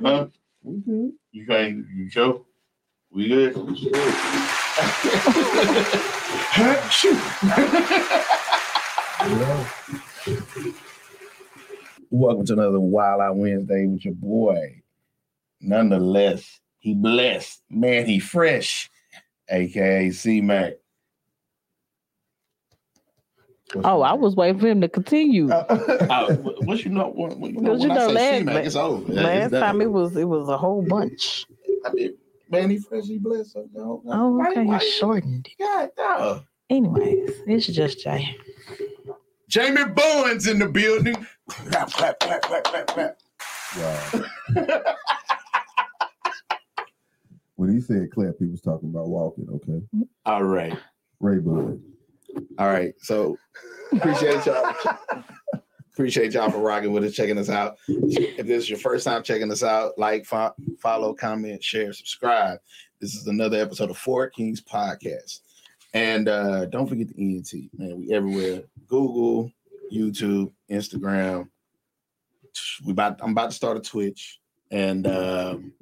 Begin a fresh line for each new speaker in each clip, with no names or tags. Huh?
We good.
You can't, you sure? We good? Huh? Shoot.
Yeah. Welcome to another Wild Out Wednesday with your boy.
Nonetheless, he blessed. Man, he fresh. AKA C Mac.
Oh, I was waiting for him to continue.
Uh, what what you know? What, what you know?
Because you
When I
know,
say
last-
C-Mac, it's over. Yeah,
Last
it's done.
time it was it was a whole bunch.
I mean, man, he fresh, he blessed. us, dog.
Oh,
Why-
okay,
why-
you shortened it.
God, dog.
Anyways, it's just Jay.
Jamie Bowen's in the building. Clap, clap, clap, clap, clap, clap.
Wow. when he said clap, he was talking about walking, okay?
All right,
Ray Boy.
all right. So appreciate y'all. appreciate y'all for rocking with us, checking us out. If this is your first time checking us out, like, fo- follow, comment, share, subscribe. This is another episode of Four Kings Podcast. And uh, don't forget the ENT, man. We everywhere. Google, YouTube, Instagram. We about I'm about to start a Twitch. And um,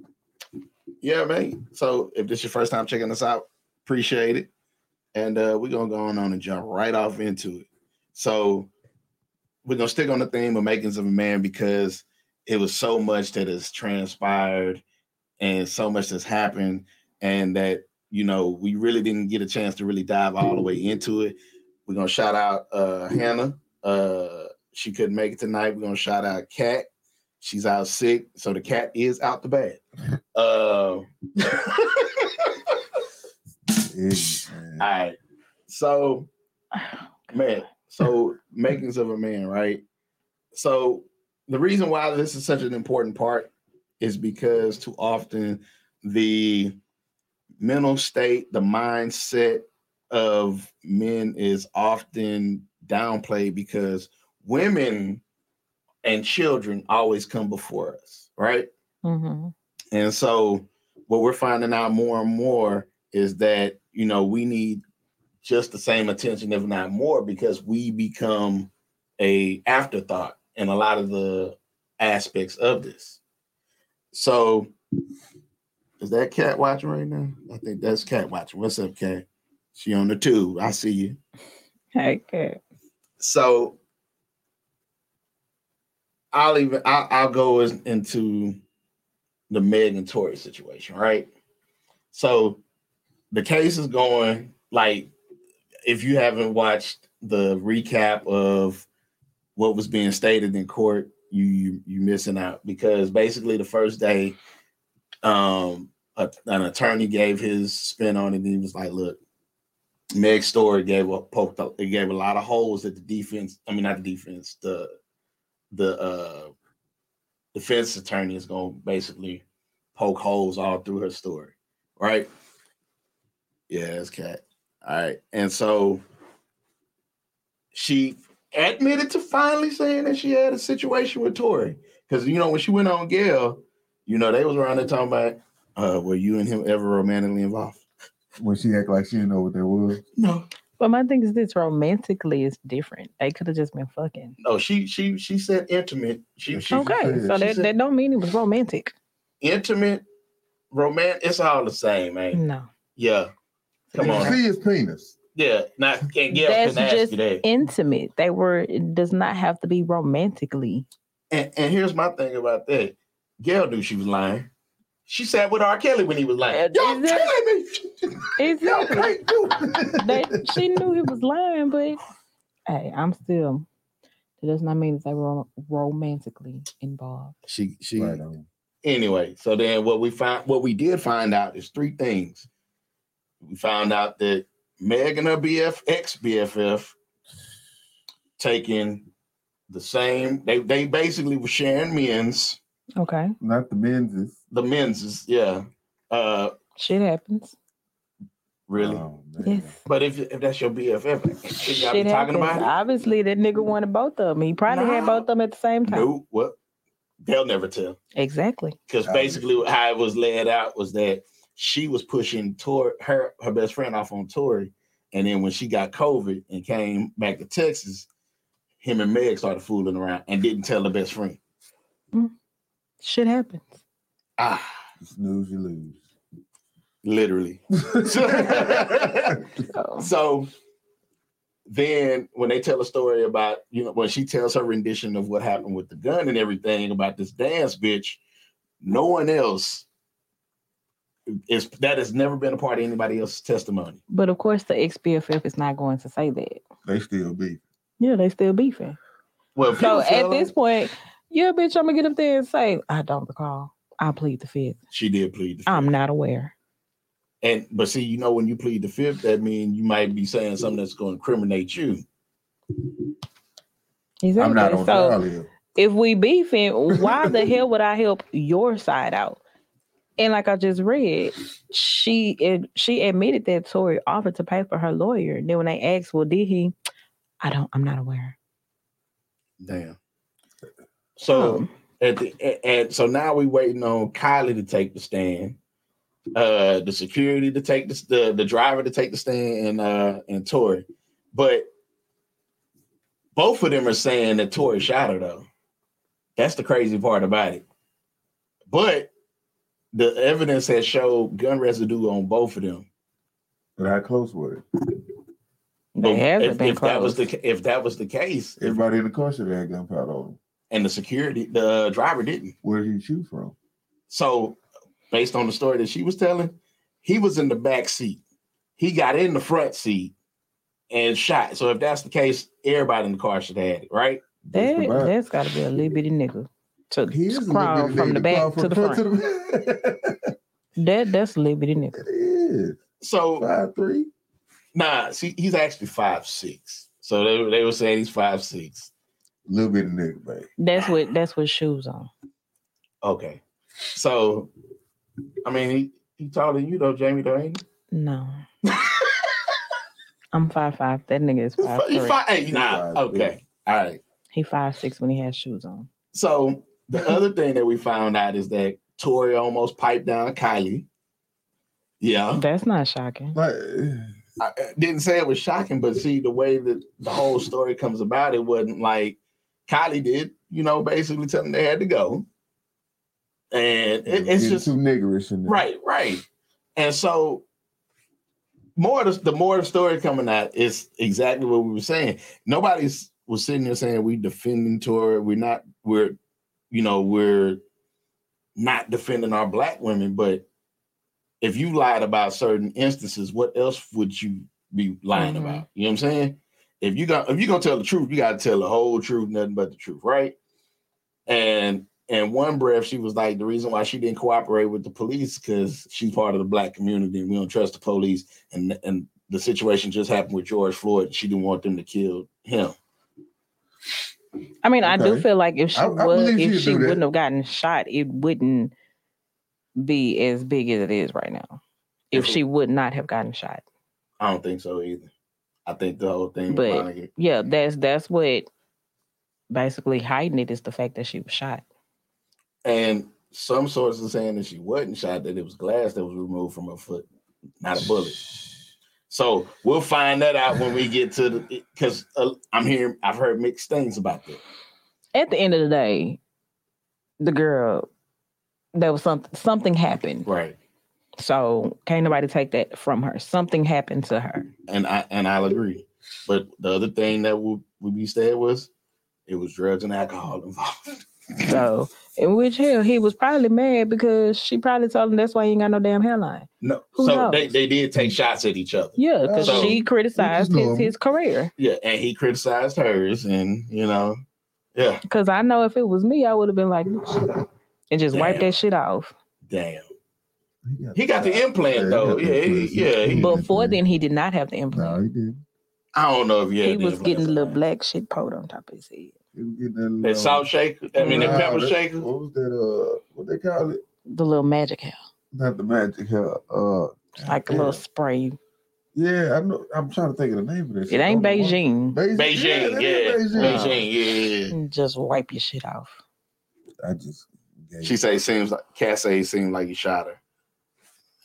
yeah, man. So if this is your first time checking us out, appreciate it. And uh, we're gonna go on and jump right off into it. So we're gonna stick on the theme of makings of a man because it was so much that has transpired and so much that's happened and that you know we really didn't get a chance to really dive all the way into it we're gonna shout out uh hannah uh she couldn't make it tonight we're gonna shout out cat she's out sick so the cat is out the bag uh, all right so man. So makings of a man, right? So the reason why this is such an important part is because too often the mental state, the mindset of men is often downplayed because women and children always come before us, right?
hmm
And so what we're finding out more and more is that, you know, we need just the same attention, if not more, because we become a afterthought in a lot of the aspects of this. So is that cat watching right now? I think that's cat watching. What's up, cat? She on the tube. I see you.
Okay.
So I'll even I'll, I'll go as- into the Meg and Tory situation, right? So the case is going like if you haven't watched the recap of what was being stated in court, you you you missing out because basically the first day, um, a- an attorney gave his spin on it. and He was like, "Look, Meg's story gave a poked a- it gave a lot of holes that the defense, I mean not the defense, the the uh defense attorney is gonna basically poke holes all through her story, right? Yeah, that's cat. All right. And so she admitted to finally saying that she had a situation with Tori. Because you know, when she went on Gail, you know, they was around there talking about uh were you and him ever romantically involved?
When she act like she didn't know what that was.
No.
But my thing is this romantically is different. They could have just been fucking.
No, she she she said intimate. She she
Okay.
Okay.
said-
So
she
that,
said-
that don't mean it was romantic.
intimate, romance. It's all the same, man.
No.
Yeah, Come
You
on.
see his penis.
yeah. Not can't get
That's
can ask
just
you that.
intimate. They were it does not have to be romantically.
And, and here's my thing about that. Gail knew she was lying. She sat with R. Kelly when he was lying.
Uh,
Y'all
is that-
killing me. Y'all
Exactly.
can't do
they,
it.
she knew he was lying, but hey, I'm still. That does not mean that they were romantically involved.
She she
Right on.
anyway, so then what we find what we did find out is three things. We found out that Meg and her BF ex BFF taking the same. They they basically were sharing men's
Okay,
Not the men's.
the men's is yeah. Uh,
shit happens.
really.
Oh,
Yes,
man.
But if, if that's your BFF, should y'all be
shit
talking
happens.
about it?
Obviously, that nigga wanted both of them. He probably had
No.
both of them at the same time.
No, what? They'll never tell.
Exactly.
because
Um,
basically how it was laid out was that she was pushing Tor her her best friend off on Tori, and then when she got COVID and came back to Texas, him and Meg started fooling around and didn't tell the best friend.
Shit happens.
Ah,
You snooze, you lose.
literally.
So,
so then when they tell a story about you know when she tells her rendition of what happened with the gun and everything about this dance bitch no one else is that has never been a part of anybody else's testimony
but of course, the ex BFF is not going to say that.
they still be.
Yeah, they still beefing.
well
So
people
at
feel
this point, yeah, bitch, I'm gonna get up there and say, I don't recall. I plead the fifth.
she did plead the fifth.
I'm not aware.
and but see you know when you plead the fifth that means you might be saying something that's going to incriminate you
Exactly.
I'm not on
so
trial here.
if we beefing, why the hell would I help your side out? And like I just read, she ad- she admitted that Tori offered to pay for her lawyer. And then when they asked, well, did he? I don't. I'm not aware.
damn so
Um,
at the a- and so now we waiting on Kylie to take the stand, uh, the security to take the the, the driver to take the stand, and uh and Tori, but both of them are saying that Tori shot her though. That's the crazy part about it. But the evidence has showed gun residue on both of them.
But how close was it?
they
But
hasn't
if,
been
if that was the
closed.
ca- if that was the case, if-
Everybody in the car should have had gunpowder on them.
and the security the driver didn't.
Where did he shoot from?
So, based on the story that she was telling, he was in the back seat. He got in the front seat and shot. So, if that's the case, everybody in the car should have had it, right?
That's the
That,
back.
that's got to be a little bitty nigga to
He is a little
crawl
bitty
from the
nigga to crawl
back
from
to the
front
front.
to the back.
That that's a little bitty nigga.
It is.
So,
Five three.
nah, see, he's actually five six. So they, they were saying he's five six.
Little bit of nigga, man.
That's what that's what shoes on.
Okay. So, I mean, he, he taller than you though, Jamie. Though, ain't
No. I'm five five. That nigga is
he?
five
He
three.
five eight. Nah.
Five,
Okay. All right.
He five six when he has shoes on.
So the other thing that we found out is that Tori almost piped down Kylie. Yeah.
That's not shocking.
Like, eh,
I I didn't say it was shocking, but see the way that the whole story comes about, it wasn't like Kylie did, you know, basically tell them they had to go, and it, it's
getting
just
too niggerish in there.
right, right. And so, more of the, the more the story coming out is exactly what we were saying. Nobody's was sitting there saying we defending Tori. We're not. We're, you know, we're not defending our black women, but. If you lied about certain instances, what else would you be lying
Mhm.
about? You know what I'm saying? If you got if you're gonna tell the truth, you gotta tell the whole truth, nothing but the truth, right? And and one breath, she was like, the reason why she didn't cooperate with the police because she's part of the black community and we don't trust the police. And and the situation just happened with George Floyd. She didn't want them to kill him.
I mean, I do
Okay.
feel like if she
I- I
was,
believe she'd
if she
do that.
wouldn't have gotten shot, it wouldn't be as big as it is right now. If she would not have gotten shot,
I don't think so either. I think the whole thing.
But-
behind it-
yeah, that's that's what basically hiding it is the fact that she was shot.
and some sources are saying that she wasn't shot; that it was glass that was removed from her foot, not a bullet. So we'll find that out when we get to the because uh, I'm hearing I've heard mixed things about that.
At the end of the day, the girl, there was something something happened.
Right.
So can't nobody take that from her. Something happened to her.
and I and I'll agree. But the other thing that would would be said was it was drugs and alcohol involved.
So in which hell he was probably mad because she probably told him that's why he ain't got no damn hairline.
No,
Who
so
knows?
they, they did take shots at each other.
Yeah, because
So-
she criticized his,
normal.
his career.
Yeah, and he criticized hers, and you know, yeah,
Because I know if it was me, I would have been like, and just wipe
Damn.
that shit off.
damn,
He got,
he got the implant though. Yeah, he, yeah. he-
Before then, he did not have the
No,
implant.
he didn't.
I don't know if yeah,
he was getting little black shit poured on top of his head.
He was getting that
that
little-
salt shaker. I mean, that
Nah,
pepper
that-
shaker.
What was that? Uh, what they call it?
The little magic hair,
Not the magic hair. Uh,
like a
yeah.
little spray.
Yeah, I know. I'm trying to think of the name of this.
It ain't Beijing.
Beijing.
Beijing,
that
yeah,
is
Beijing,
Beijing.
Nah.
yeah. yeah.
And Just wipe your shit off.
I just. gave-
She say seems like Cass say it seemed like he shot her.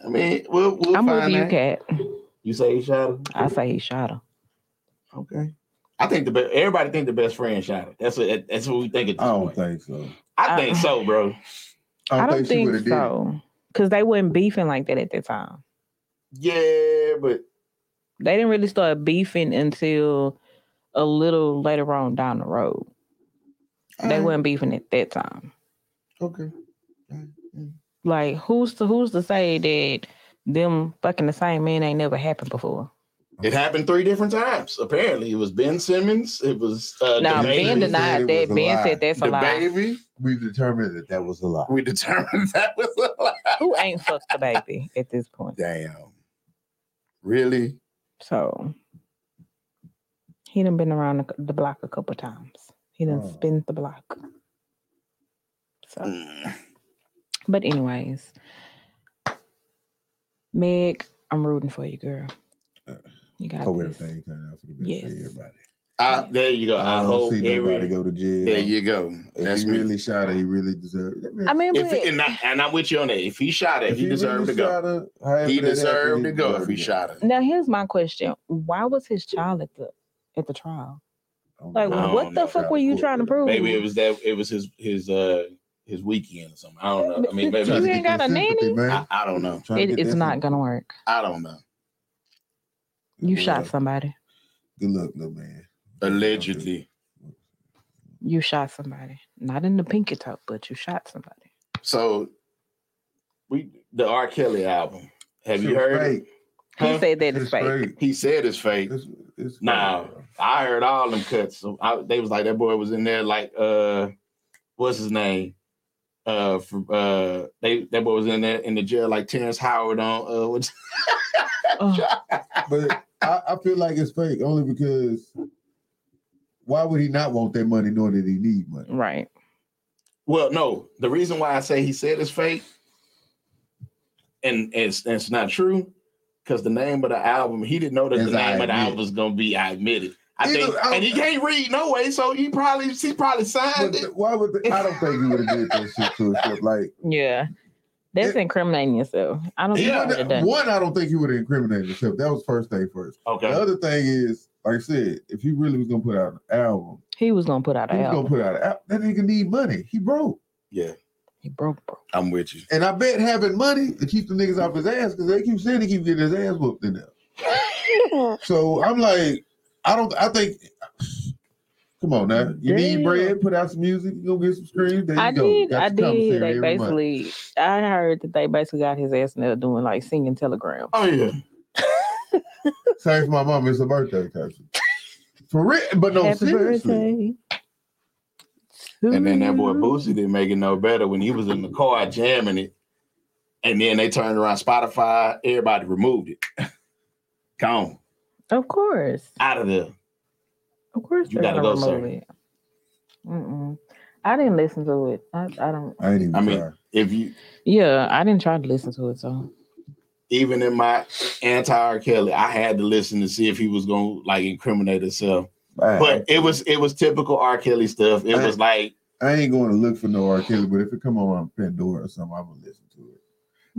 I mean, we'll, we'll
I'm with
find
you,
out.
cat.
You say he shot her.
I say he shot her.
Okay. I think the be- everybody think the best friend shot it. That's what that's what we think at this
I
point.
don't think so.
I
I-
think so, bro.
I don't,
she
think,
would've did it.
so. Because they weren't beefing like that at that time.
Yeah, but
They didn't really start beefing until a little later on down the road. They
Uh,
Alright,
weren't beefing at that time.
okay.
Like who's to who's to say that them fucking the same man ain't never happened before?
It happened three different times. Apparently, it was Ben Simmons. It was uh,
Now
the
Ben
baby,
denied
said it
that.
was a
Ben
lie.
said that's a
the
lie.
baby.
We determined that that was a lie.
We determined that was a lie.
Who ain't fucked the baby at this point?
Damn. Really?
So he done been around the, the block a couple times. He done
Oh.
not spin the block. So.
Mm.
But anyways, Meg, I'm rooting for you, girl.
Uh,
You got
Hope
this.
everything turned out for the best
Yes.
for everybody.
I, there you go. I,
I don't
hope
see nobody
every,
go to jail.
There you go.
If
That's
he
me.
really shot her, he really deserved it.
I mean,
If,
but,
and, I, and I'm with you on that. If he shot her,
If
he, deserved
really
to go.
shot her, however
He
that happened,
deserved to go
deserved
if he
to
shot her.
now here's my question: Why was his child at the at the trial?
go.
Like,
I
what
don't
the
know.
fuck were you trying to prove?
Maybe it was that. It was his his uh his weekend or something. I don't know. I mean,
You
maybe
ain't got a nanny?
I, I don't know.
It- it's not gonna work.
I don't know.
You shot somebody.
Good luck, little man.
Allegedly.
You shot somebody. Not in the pinky toe, but you shot somebody.
So we the R. Kelly album. Have you
Shit's
heard? it?
fake.
He
Huh?
said that is
It's
fake.
fake.
He said it's fake.
It's, it's
Nah.
fake, bro.
I heard all them cuts. So I, they was like that boy was in there like uh what's his name? Uh from uh they that boy was in there in the jail like Terrence Howard on uh what's
Ugh.
But I, I feel like it's fake only because why would he not want that money knowing that he need money?
right.
well no the reason why I say he said it's fake and it's it's not true because the name of the album he didn't know that
Is
the name
I
of the
Admit.
album was gonna be I admit it. I
Either-
think
I-
and he can't read no way, so he probably he probably
But
signed it.
th- why would the, I don't think he would have did that shit to himself. Like
Yeah. That's
It-
incriminating yourself. I don't think
Yeah,
I would have done.
one, I don't think he would have incriminated himself. That was first thing first. The
Okay.
other thing is, like I said, if he really was gonna put out an album,
He was gonna put out
he
an
was
album.
gonna put out an album. That nigga need money. He broke.
Yeah,
he broke, broke.
I'm with you.
And I bet having money to keep the niggas off his ass because they keep saying he keep getting his ass whooped in there. So I'm like, I don't. I think. Come on now,
Damn.
you need bread. Put out some music. You gonna get some streams. There you
I
go.
did.
Got
I
your commissary
did. They
every month.
basically, I heard that they basically got his ass in there doing like singing telegram.
Oh yeah.
Same for my mom. It's a birthday type shit. For real, but no,
Happy
seriously.
birthday. to
And then that boy
you.
Boosie didn't make it no better when he was in the car jamming it. And then they turned around Spotify, everybody removed it. Gone.
Of course,
Out of there.
of course,
You
they're
gotta
gonna
go,
remove
sir.
it. Mm-mm. I didn't listen to it. I, I don't.
I ain't even.
I mean-
try.
If you
Yeah, I didn't try to listen to it. So
even in my anti R. Kelly, I had to listen to see if he was gonna like incriminate himself.
I,
But it was it was typical R. Kelly stuff. It was like
I ain't going to look for no R. Kelly, but if it come on Pandora or something, I'm gonna listen to it.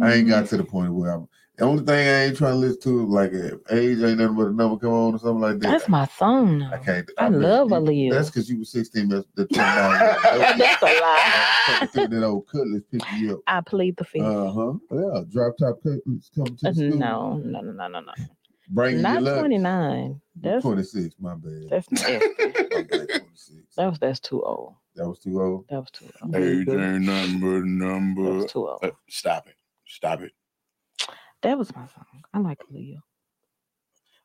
I ain't
Mm-hmm.
got to the point where I'm. The only thing I ain't trying to listen to is like if age ain't nothing but a number come on or something like that.
That's my song. Now.
I can't.
I
miss-
love
you-
Aaliyah.
That's because you were 16. That's the time.
That's a lie.
that old cutlass pick you up.
I plead the fifth.
Uh huh. Yeah, drop top cutlass coming to
Uh,
the school.
no, no, no, no, no, no.
bringing
Not
your lunch.
twenty nine. That's
26, my bad.
that's nasty.
My bad, 26.
that was that's too old.
oh, That was too old.
That was too old.
age ain't nothing but a
That
number.
was too old.
Uh, Stop it. Stop it.
That was my song. I like Aaliyah.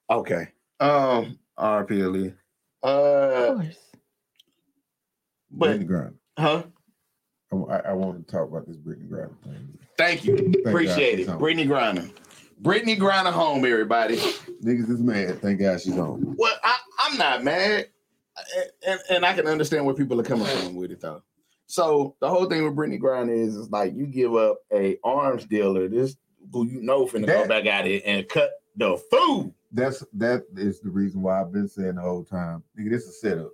Okay. Um R.P. Aaliyah.
Of
Uh
course.
but
Brittany Griner.
huh?
I, I- I want to talk about this Brittany Griner thing.
Thank you.
Thank God
Appreciate
she's
it.
home.
Brittany Griner. Brittany Griner home, everybody.
Niggas is mad. Thank God she's home.
Well, I, I'm not mad. And, and, and I can understand where people are coming from with it though. So the whole thing with Brittany Griner is is like you give up a arms dealer, this who you know finna go
That-
back out here and cut the food.
That's that is the reason why I've been saying the whole time, nigga, this is a setup.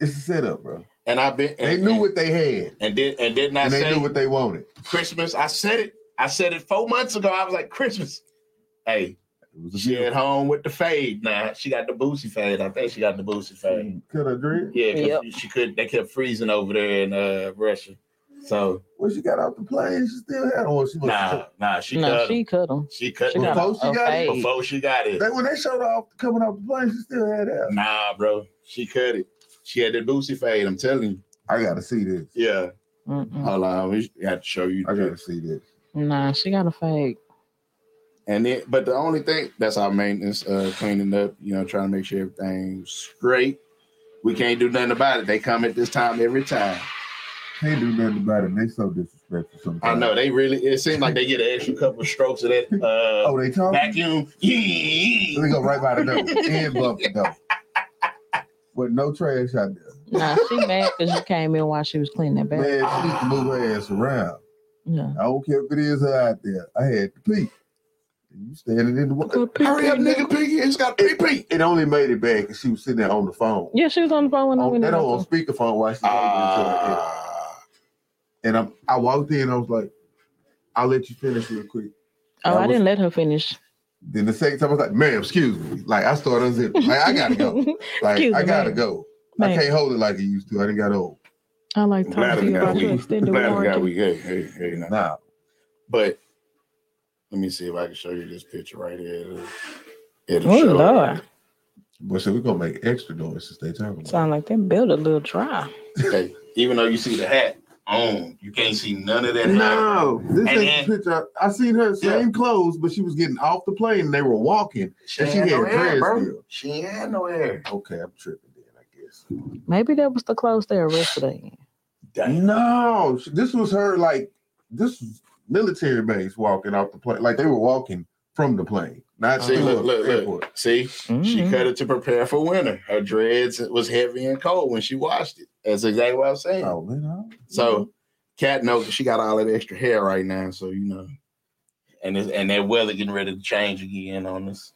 It's a setup, bro.
And I've been
They
and,
knew
and,
what they had,
and did and didn't I
and they
say
knew what they wanted.
Christmas? I said it. I said it four months ago. I was like, Christmas. Hey,
It was a
she
deal.
at home with the fade now. She got the boosie fade. I think she got the boosie fade.
Cut her dread.
Yeah, 'cause
Yep.
she could. They kept freezing over there in uh, Russia. So
When she got off the plane, she still had one. She must
nah, nah, she
no,
cut.
she
She,
cut him.
she cut
She
him
got
Before
a,
she
a
got it,
fade.
before she got it.
They, when they showed her off coming off the plane, she still had that.
Nah, bro, she cut it. She had that boosie fade. I'm telling you.
I gotta see this.
Yeah.
Mm-mm.
Hold on, we got to show you.
I gotta see this.
Nah, she got a fade.
And then, but the only thing that's our maintenance, uh, cleaning up, you know, trying to make sure everything's straight. We can't do nothing about it. They come at this time every time.
Can't do nothing about it. They so disrespectful sometimes.
I know they really. It seems like they get an extra couple of strokes of that uh,
Oh, they talking.
vacuum.
Let me go right by the door and bump the door. With no trash out there.
Nah, she mad because you came in while she was cleaning that bathroom.
Man, she need to move her ass around.
Yeah.
I don't care if it is her out there. I had to pee. You standing in the way.
Hurry up, nigga, piggy. It's got three pee.
It only made it bad because she was sitting there on the phone.
Yeah, she was on the phone
Oh,
when I
On,
went
that
in. there.
on speakerphone while she uh,
Ah,
and I'm, I walked in. I was like, "I'll let you finish real quick."
Oh,
I
I
was-
didn't let her finish.
Then the second time, I was like, "Ma'am, excuse me." Like I started unzipping. Like I gotta go. Like
Excuse
I
me,
gotta
ma'am.
go. I
Ma'am.
can't hold it like I used to. I didn't got old.
I like
Glad
talking to
we
you
got
about
we.
your extended
Glad we got
warranty.
we. Hey, hey, hey, nah.
Nah,
But let me see if I can show you this picture right here. It'll, it'll
Oh,
show.
Lord.
but so we're gonna make extra noise since they talking about.
Sound like that build a little dry.
Okay. Even though you see the hat on, you can't see none of that.
it. No, this
And
ain't the picture. I, I seen her
Yeah.
same clothes, but she was getting off the plane and they were walking.
She
And
ain't
she
had no
had dreads
hair, bro.
still.
She ain't had no hair.
Okay, I'm tripping then, I guess.
Maybe that was the clothes they arrested her in.
No, sh- this was her like this was military base walking off the plane. Like they were walking from the plane, not
See,
through
look,
a
look, look.
airport.
See, she
Mhm.
cut it to prepare for winter. Her dreads was heavy and cold when she washed it. That's exactly what I'm saying.
Oh man, I-
So, Cat knows that she got all that extra hair right now. So you know, and it's, and that weather getting ready to change again on us.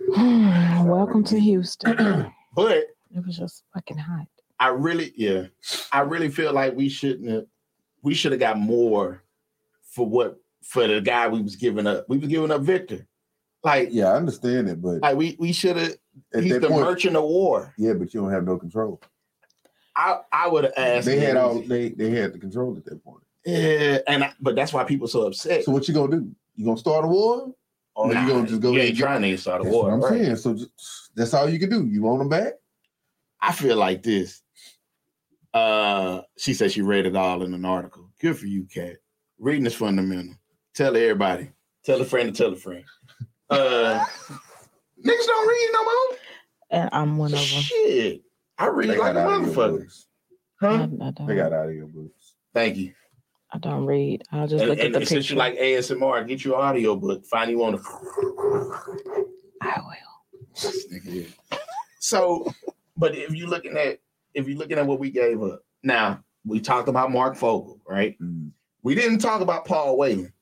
Welcome to Houston.
But
it was just fucking hot.
I really, yeah, I really feel like we shouldn't have. We should have got more for what for the guy we was giving up. We was giving up Victor. Like,
yeah, I understand it, but
like we we should have.
at
He's
that
the
point,
merchant of war.
yeah, but you don't have no control.
I I would have asked.
They had
him.
all they they had the control at that point.
Yeah, and I, but that's why people so upset.
So what you gonna do? You gonna start a war? or you gonna just go
You
ahead
ain't
and-
trying to start a
That's
war.
what I'm
right?
saying. So just, that's all you can do. You want them back?
I feel like this. Uh, she said she read it all in an article. Good for you, Kat. Reading is fundamental. Tell everybody. Tell a friend to tell a friend. Uh, niggas don't read no
And I'm one
more.
of them.
Shit, I read like a
out of your
motherfucker.
books.
Huh?
I, I don't,
They got out of your books.
Thank you.
I don't read. I'll just
and
look
and
at the
since
picture.
you like ASMR, get your audio book. Find you one.
I will.
This nigga here. so, but if you're looking at if you're looking at what we gave up, now we talked about Mark Fogle, right?
Mm.
We didn't talk about Paul Whelan,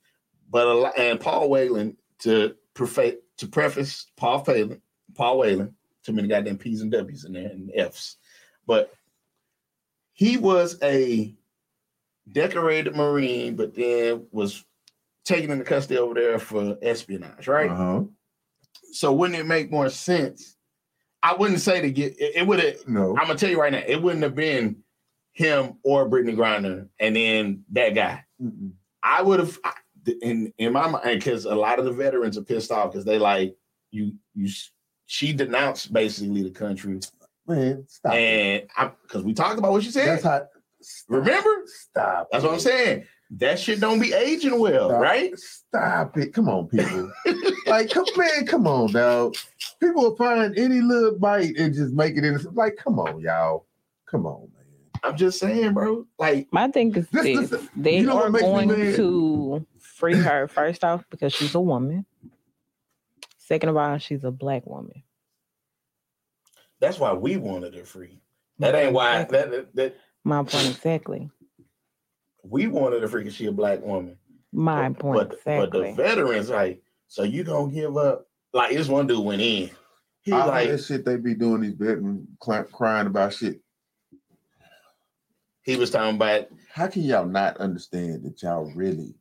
but a lot, and Paul Whelan to preface to preface Paul Whelan, Paul Whelan, too many goddamn P's and W's in there and F's, but he was a decorated Marine, but then was taken into custody over there for espionage, right?
Uh-huh.
So wouldn't it make more sense? I wouldn't say to get it, would have.
No.
I'm gonna tell you right now, it wouldn't have been him or Brittany Griner, and then that guy.
Mm-mm.
I would have in in my mind because a lot of the veterans are pissed off because they like you you. s- She denounced basically the country,
Man, stop. it.
and I because we talked about what she said.
That's how. Stop.
Remember,
Stop.
that's what I'm
it.
saying. That shit don't be aging well,
Stop-
right?
Stop it. Come on, people. like, come man, come on, dog. People will find any little bite and just make it in. Like, come on, y'all. Come on, man.
I'm just saying, bro. Like,
My thing is
This-
this:
this-
they
you know what
are
makes me
going
mad?
to free her first off because she's a woman. Second of all, she's a black woman.
that's why we wanted her free. That ain't why.
Exactly.
That that, that
My point exactly.
we wanted her free because she a black woman.
My
But-
point
but, But the
exactly.
veterans, like, so you gonna give up? Like, this one dude went in. He
All
like
that shit they be doing these veterans cl- crying about shit.
he was talking about
How can y'all not understand that y'all really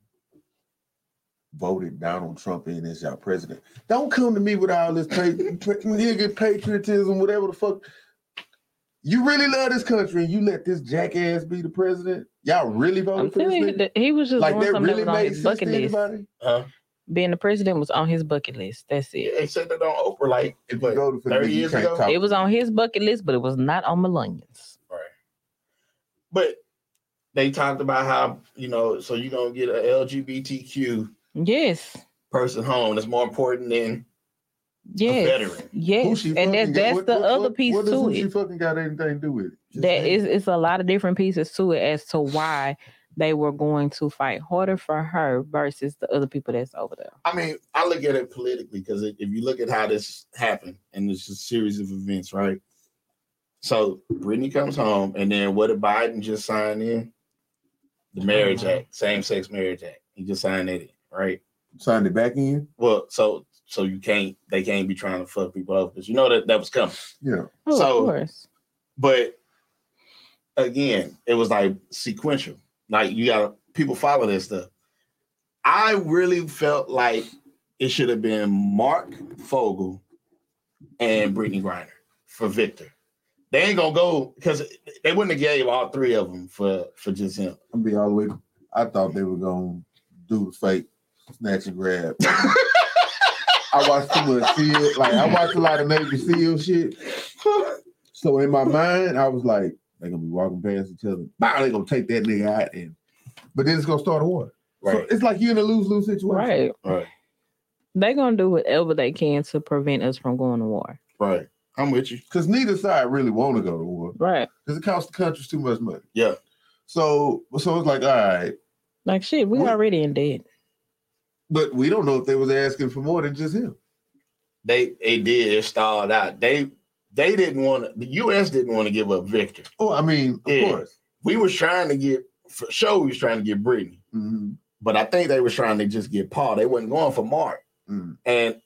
voted Donald Trump in as y'all president? Don't come to me with all this pa- pa- nigga patriotism, whatever the fuck. You really love this country and you let this jackass be the president? Y'all really
I'm
voted for this
telling you,
nigga?
that he was just
Like
doing
that
something
really
that was on
made
his
sense to
bucket list.
anybody?
Huh?
Being the president was on his bucket list. That's
Yeah,
it.
they said that on Oprah like
If you
but
voted for the
30
nigga, you
years
can't
ago?
talk.
It was on his bucket list, but it was not on Melania's.
but they talked about how you know so you're gonna get a LGBTQ
Yes.
person home that's more important than
Yes.
veteran.
Who
Yes.
she
And
fucking
that,
got-
that's
what-
the
what-
other
what-
piece
what does
to
who
it.
She fucking got anything to do with it. Just
that
saying.
is it's a lot of different pieces to it as to why they were going to fight harder for her versus the other people that's over there.
I mean, I look at it politically because if you look at how this happened and it's a series of events, right? So Brittany comes home, and then what did Biden just sign in? The Marriage
Mhm.
Act, Same Sex Marriage Act. He just signed it in, right?
signed it back in.
Well, so so you can't they can't be trying to fuck people up because you know that that was coming.
Yeah,
Oh,
So-
of course.
But again, it was like sequential. Like you gotta people follow this stuff. I really felt like it should have been Mark Fogle and Brittany Griner for Victor. They ain't gonna go because they wouldn't have gave all three of them for for just him.
I'm be all the way. I thought they were gonna do the fake snatch and grab. I watched too much seal. Like I watched a lot of Navy SEAL shit. So in my mind, I was like, they gonna be walking past each other. Bow, they gonna take that nigga out and. But then it's gonna start a war. So
right,
it's like you in a lose lose situation.
Right.
right,
They're gonna do whatever they can to prevent us from going to war.
right. I'm with you.
Because neither side really want to go to war
Right.
because it costs the countries too much money.
Yeah.
So so it's like all right,
Like shit, we
We-
already in debt.
but we don't know if they was asking for more than just him.
They they did it stalled out. They they didn't want to the US didn't want to give up Victor.
Oh, I mean, of
Yeah.
course.
we was trying to get for sure we was trying to get Brittany,
Mhm.
but I think they was trying to just get Paul. They wasn't going for Mark.
Mm.
And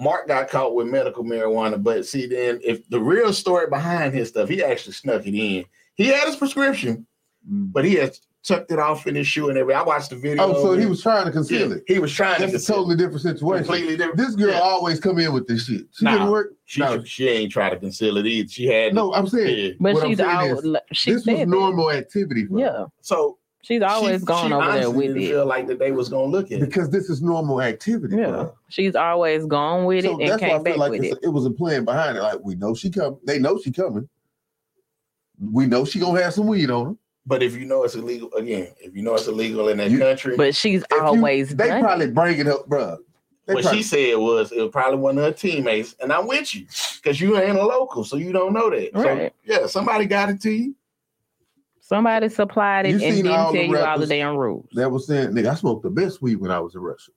Mark got caught with medical marijuana. But see, then if the real story behind his stuff, he actually snuck it in. He had his prescription,
Mm.
but he had tucked it off in his shoe and everything. I watched the video.
Oh, so he was trying to conceal
Yeah,
it.
He was trying to
That's a
conceal
totally different
it.
situation.
completely different.
This girl
Yeah.
always come in with this shit. She
Nah.
didn't work.
She,
No.
she ain't trying to conceal it either. She had
No, I'm saying
Yeah.
But
What I'm
she's
saying
always
is,
she
this
said
was
that.
normal activity for her.
Yeah.
So
She's always
she,
gone
she
over there
honestly
with
didn't
it.
uh,
Feel like that they was gonna look at it.
because this is normal activity. for
Yeah.
her.
She's always gone with
So
it and
that's why I
came
feel
back
like
with it.
it's- it was a plan behind it. Like we know she coming. They know she coming. We know she gonna have some weed on her.
But if you know it's illegal, again, if you know it's illegal in that
You-
country,
But she's
If you-
always
They
done it.
probably bring it up, bruh. They
what
probably-
she said was it was probably one of her teammates, and I'm with you because you ain't a local, so you don't know that.
Right.
So, yeah, somebody got it to you.
Somebody supplied it
You
and
seen
didn't tell
all the
you all the
rappers
damn rules.
that was saying, nigga, I smoked the best weed when I was in Russia.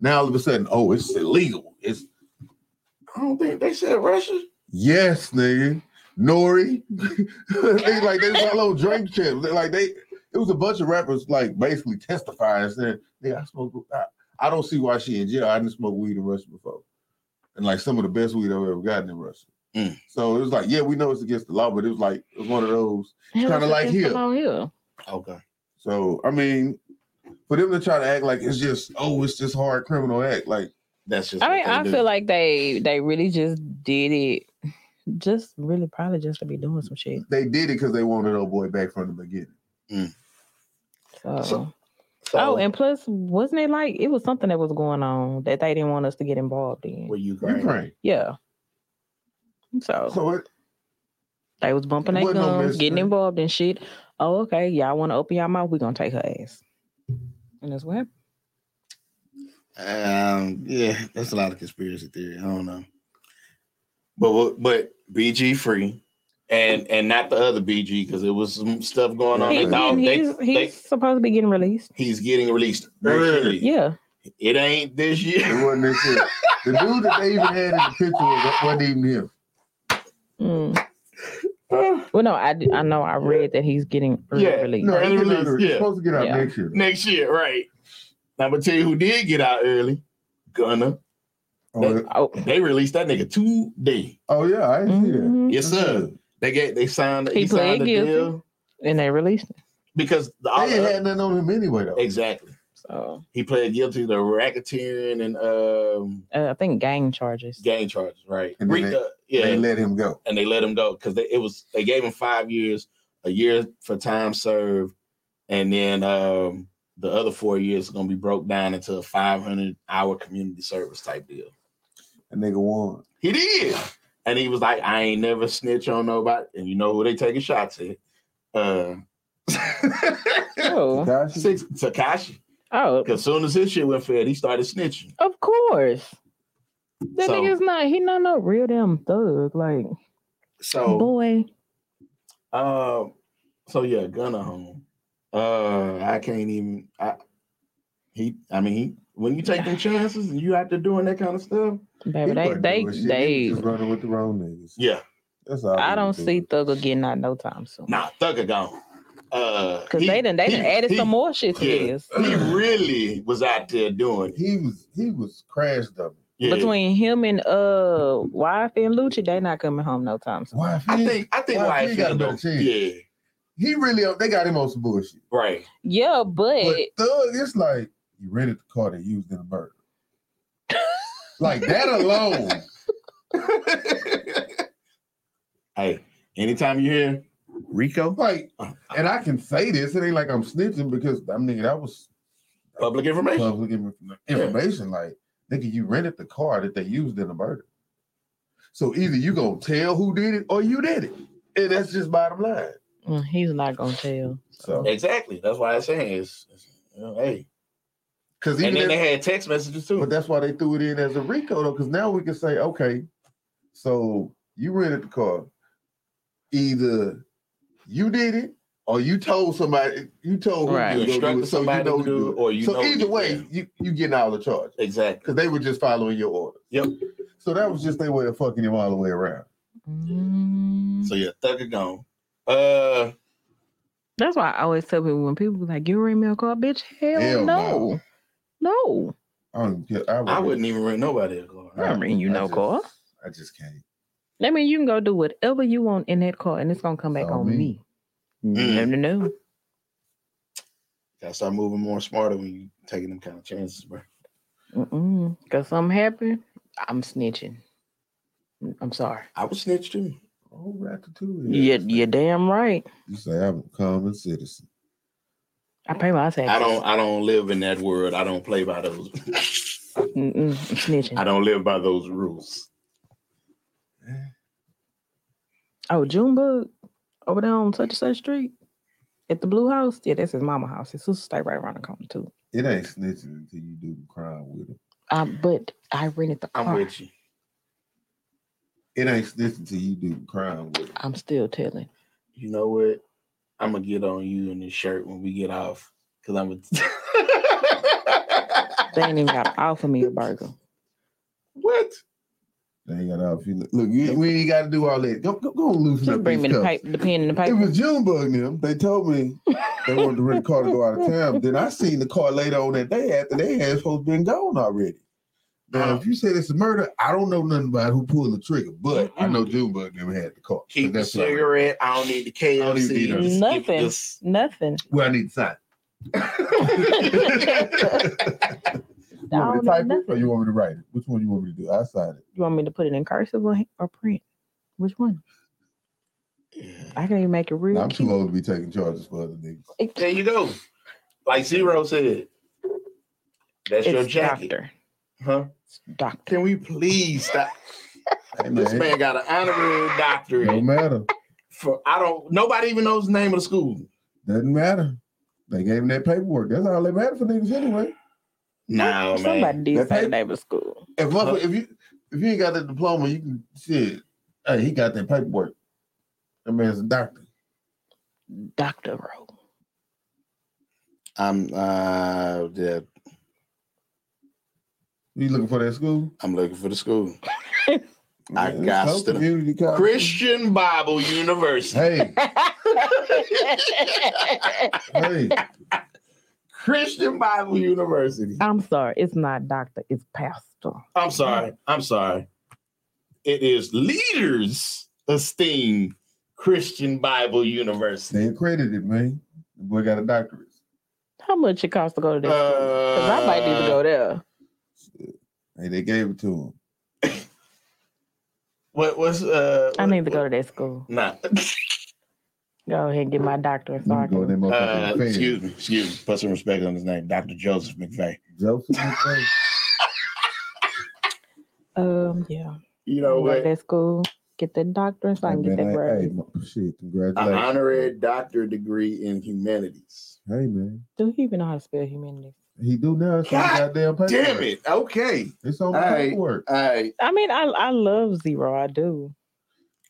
Now all of a sudden, oh, it's illegal. It's
I don't think they said Russia.
yes, nigga. Nori. they, like they was all on drink chips. They- Like they it was a bunch of rappers like basically testifying saying, nigga, I smoked I, I don't see why she in jail. I didn't smoke weed in Russia before. And like some of the best weed I've ever gotten in Russia.
Mm.
So it was like, yeah, we know it's against the law, but it was like it was one of those. kinda like
It's
here.
along here.
Okay.
So I mean, for them to try to act like it's just, oh, it's just hard criminal act. Like
That's just.
I
what
mean,
they
I
do.
feel like they they really just did it, just really probably just to be doing some shit.
they did it because they wanted old boy back from the beginning.
So,
So- So,
oh, and plus, wasn't it like it was something that was going on that they didn't want us to get involved in?
with Ukraine,
Ukraine.
yeah. So
So it,
they was bumping
It
their
wasn't no
guns, getting
mystery.
involved in shit. Oh, okay, y'all want to open y'all mouth? We gonna take her ass. And that's what happened.
Um, yeah, that's a lot of conspiracy theory. I don't know, but what- but BG free, and and not the other BG because it was some stuff going on.
He
They
He's,
thought
getting,
they-
he's,
they-
he's supposed to be getting released.
he's getting released early.
Yeah,
It ain't this
it
year.
wasn't this year. The dude that they even had in the picture was, wasn't even him.
Mm. Well, no, I, I know I read that he's getting early
Yeah,
release.
No,
Early
he's
release, yeah.
supposed to get out
Yeah.
next year.
next year, right? I'm gonna tell you who did get out early. Gunna.
Oh, yeah.
Oh,
They released that nigga today.
oh yeah, I didn't see that.
mhm.
Yes, sir. They get they signed.
He
He, signed
pled
the
guilty.
deal
And they released it.
because the, all
They ain't
the-
had nothing on him anyway though.
uh, exactly.
So
He pled guilty to racketeering and um,
uh, I think gang charges.
gang charges, right?
And then
Re-
they-
uh, yeah,
They let him go.
and they let him go because it was they gave him five years, a year for time served, and then um, the other four years are gonna be broke down into a five hundred hour community service type deal.
That nigga won.
He did. And he was like, I ain't never snitch on nobody. And you know who they taking shots at? Uh
Oh,
Takashi?
six Takashi.
oh,
Because soon as his shit went fed, he started snitching.
of course. That
So-
nigga's not. He not no real damn thug. Like
So
boy,
um so yeah, Gunna home. Uh I can't even I he I mean he when you take them chances and you out there doing that kind of stuff,
baby, they
He wasn't
they
doing shit. He was
they.
just running with the wrong niggas.
yeah.
That's all.
I
he
don't
was doing.
see Thugger getting out no time soon.
Nah, Thugger gone. Uh
Cause
he-
they done they done
he-
added
he-
some more shit to
yeah.
this.
He really was out there doing it.
He was he was crash dummy.
Yeah.
Between him and uh wife and Lucci, they not coming home no time soon.
Why?
I think I think
Why
why
he got a better chance?
yeah,
he really they got him on some bullshit.
right.
Yeah, but,
But Thug, it's like he rented the car they used in a murder. like that alone.
hey, anytime you hear Rico
Like, and I can say this, it ain't like I'm snitching because I'm nigga, that was
public information,
public inf- information. Like, nigga, you rented the car that they used in the murder. So either you gonna tell who did it or you did it. And that's just bottom line.
Mm, he's not gonna tell.
So
exactly. That's why I'm saying it's, it's, you know, hey.
because even
And then
if-
they had text messages too.
But that's why they threw it in as a Rico though, because now we can say, okay, so you rented the car. Either you did it or you told somebody you told who
Right.
you
you was gonna do
instructed
it, so
somebody
you know
to do it, or you
so
know
either
you-
way,
yeah.
you you getting all the charges
exactly.
because they were just following your order.
Yep.
So that was just their way of fucking him all the way around. Mm-hmm.
Mm.
So yeah, Thugger gone. Uh,
That's why I always tell people when people be like, "You rent me a car, bitch." Hell,
Hell
no, no,
I don't get. I,
I wouldn't even rent nobody a car.
I don't rent you
I
no
just-
car.
I just can't.
I mean, you can go do whatever you want in that car, and it's gonna come back
That's all
on
me.
me.
Mm.
No, no, no.
Gotta start moving more smarter when you taking them kind of chances, bro.
Mm-mm. Cause something happened, I'm snitching. I'm sorry.
I would snitch too.
Oh, ratatouille.
Yeah, you, you're damn right.
You say I'm a common citizen.
I pay my taxes.
I don't. I don't live in that world. I don't play by those.
Mm-mm, I'm snitching.
I don't live by those rules.
Eh,
Oh, Junebug over there on such and such street at the Blue House. Yeah, that's his mama house. His sister stay right around the corner too.
It ain't snitching until you do the crime with him.
Um, but I rented the
I'm
car.
with you.
It ain't snitching till you do the crime with him.
I'm still telling.
you know what? I'm gonna get on you in this shirt when we get off because I'm
They
a.
ain't even got to offer me a burger.
what?
They ain't got off. You look, look, you- we ain't got to do all that. Go, go, go and loosen
Just
up
bring me
these
the
cuffs.
paper, the pen, and the
It
paper.
was Junebug and them. They told me they wanted to rent a car to go out of town. Then I seen the car later on that day after they had supposed been gone already.
Uh-huh.
Now, if you say it's a murder, I don't know nothing about who pulled the trigger, but I know Junebug and them had the car.
Keep the
That's what I-
cigarette. I don't need the KFC.
don't even need
Just
that.
give
Nothing.
this-
Nothing.
Well, I need to sign.
I
You want
don't
me to
know
type
nothing.
it or you want me to write it? Which one you want me to do? I sign it.
You want me to put it in cursive or, or print? Which one? I can even make it real
Nah, I'm
cute.
too old to be taking charges for other niggas.
there you go. Like Zero said, that's your
It's
jacket,
doctor.
huh?
It's doctor.
Can we please stop?
Hey,
This
man,
man got an honorary doctorate
no matter.
for I don't. Nobody even knows the name of the school.
Doesn't matter. They gave him that paperwork. That's all that matter for niggas anyway.
No
Somebody did
That
say
paper-
neighbor school.
If motherfucker- if you if you ain't got that diploma, you can shit. Hey, he got that paperwork. That man's a doctor.
Doctor row.
I'm uh, yeah,
You looking for that school?
I'm looking for the school. I
Man,
got
some
to.
community college.
Christian Bible University.
Hey, hey,
Christian Bible University.
I'm sorry, it's not doctor, it's pastor.
I'm sorry. I'm sorry. It is Leaders Esteemed Christian Bible University.
they accredited, man. The boy got a doctorate.
how much it costs to go to that?
Uh,
Because
Because
I might need to go there.
Hey, they gave it to him.
What, what's uh?
I
what-
need to go to that school.
Nah.
Go ahead and get my doctorate. So I
Go in
can.
that
Uh,
motherfucking fan.
excuse me. Excuse me. Put some respect on his name, Doctor Joseph McVeigh.
Joseph McVeigh.
Um, yeah.
You
Go
know
to
what?
that school. Get that doctorate so I can
Hey,
get
man,
that
I- hey,
grade.
mo- shit,
An
congratulations.
honorary doctor degree in humanities.
Hey man,
Do you even know how to spell humanities?
he do now. It's on
God
goddamn paper.
Damn it. Okay.
It's on
All right.
paperwork.
All right.
I mean, I I love zero. I do.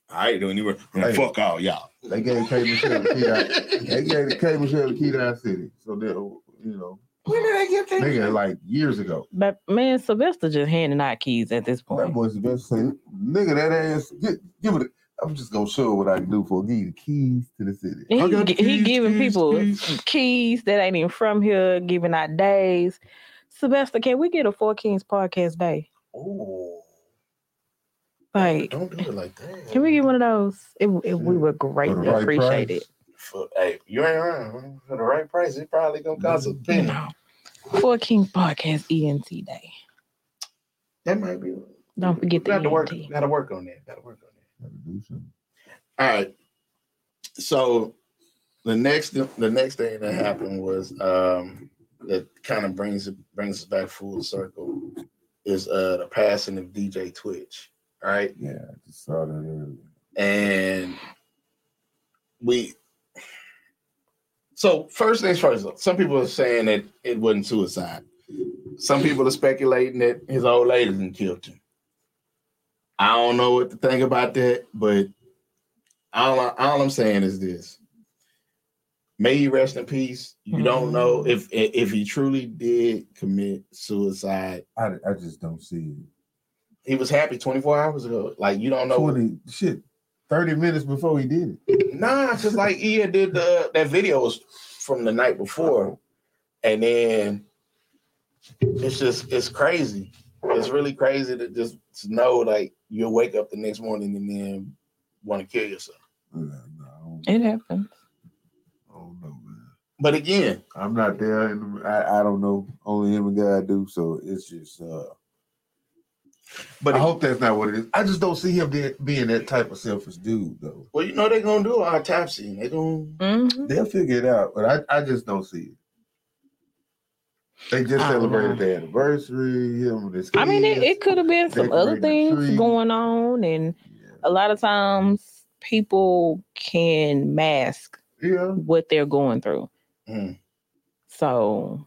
I ain't doing anywhere.
Hey.
Fuck all y'all.
They gave K Michelle the key. to- They gave the K Michelle the key to our city. So that you know,
When did I get that?
nigga, like years ago.
But man, Sylvester just handing out keys at this
That
point.
boy's the best thing. Nigga, that ass. Get, give it. A, I'm just gonna show what I can do for. Give you the keys to the city.
He,
I got
gi- he
keys,
giving
keys,
people
keys.
keys that ain't even from here, giving out days. Sylvester, can we get a Four Kings podcast day?
Oh,
Like,
don't do it like that.
can we get one of those? It, it, we would greatly
right
appreciate
price.
it.
For, hey, you ain't wrong. For the right price, it probably gonna cost a
You
penny.
know, Four Kings podcast ENT day.
That might be.
Don't forget the E
Got to work.
ENT.
Got to work on that. Got to work on that.
Gotta do something.
All right. So the next the next thing that happened was um that kind of brings brings us back full circle is uh the passing of DJ Twitch, right?
Yeah, I just saw that earlier.
And we so first things first, some people are saying that it wasn't suicide. Some people are speculating that his old lady done killed him. I don't know what to think about that, but all, I- all I'm saying is this. May he rest in peace. You don't know if if he truly did commit suicide.
I, I just don't see it.
He was happy 24 hours ago. Like you don't know.
Twenty shit, thirty minutes before he did it.
Nah, because like Ia did the that video was from the night before, and then it's just it's crazy. It's really crazy to just to know like you'll wake up the next morning and then want to kill yourself.
Yeah, no, I don't,
It happened.
I don't know, man.
But again,
I'm not there, and I, I don't know. Only him and God do. So it's just. uh
but
I hope that's not what it is. I just don't see him being, being that type of selfish dude, though.
well, you know they're gonna do an autopsy. and They gonna
Mhm.
They'll figure it out, but I, I just don't see it. They just
I don't
celebrated the anniversary. Him and his
I mean, it,
kids.
it could have been some other
Decorating the
things
tree.
going on, and a lot of times people can mask
yeah.
what they're going through.
Mm.
So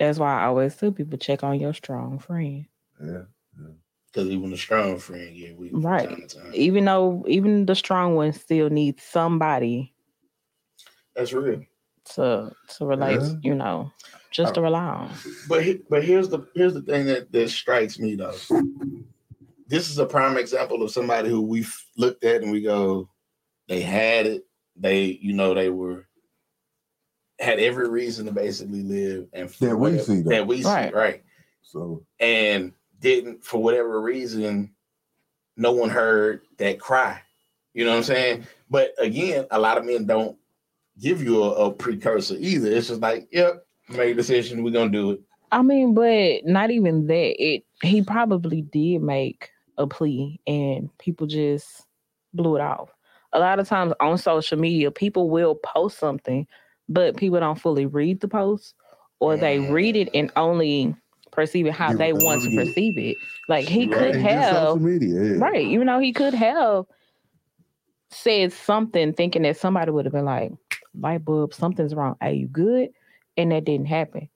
that's why I always tell people check on your strong friend.
yeah,
because even a strong friend get weak
Right.
from time to time.
Even though even the strong ones still need somebody
That's real.
to to relate,
Yeah.
you know, just to rely on.
But he- but here's the here's the thing that that strikes me though. This is a prime example of somebody who we've looked at and we go, they had it. They you know they were had every reason to basically live and for
That we
whatever-
see, though.
that we see
Right.
right.
So
and didn't for whatever reason no one heard that cry. You know what I'm saying? But again, a lot of men don't give you a, a precursor either. It's just like, yep, made a decision, we're gonna do it.
I mean, but not even that. It he probably did make a plea and people just blew it off. A lot of times on social media, people will post something, but people don't fully read the post or they read it and only perceive it how
Do
they
what they
want to
wanna do.
perceive it. Like he
Right.
could
And just
have
social media, yeah.
right, you know, he could have said something thinking that somebody would have been like, light bulb, something's wrong. Are you good? And that didn't happen.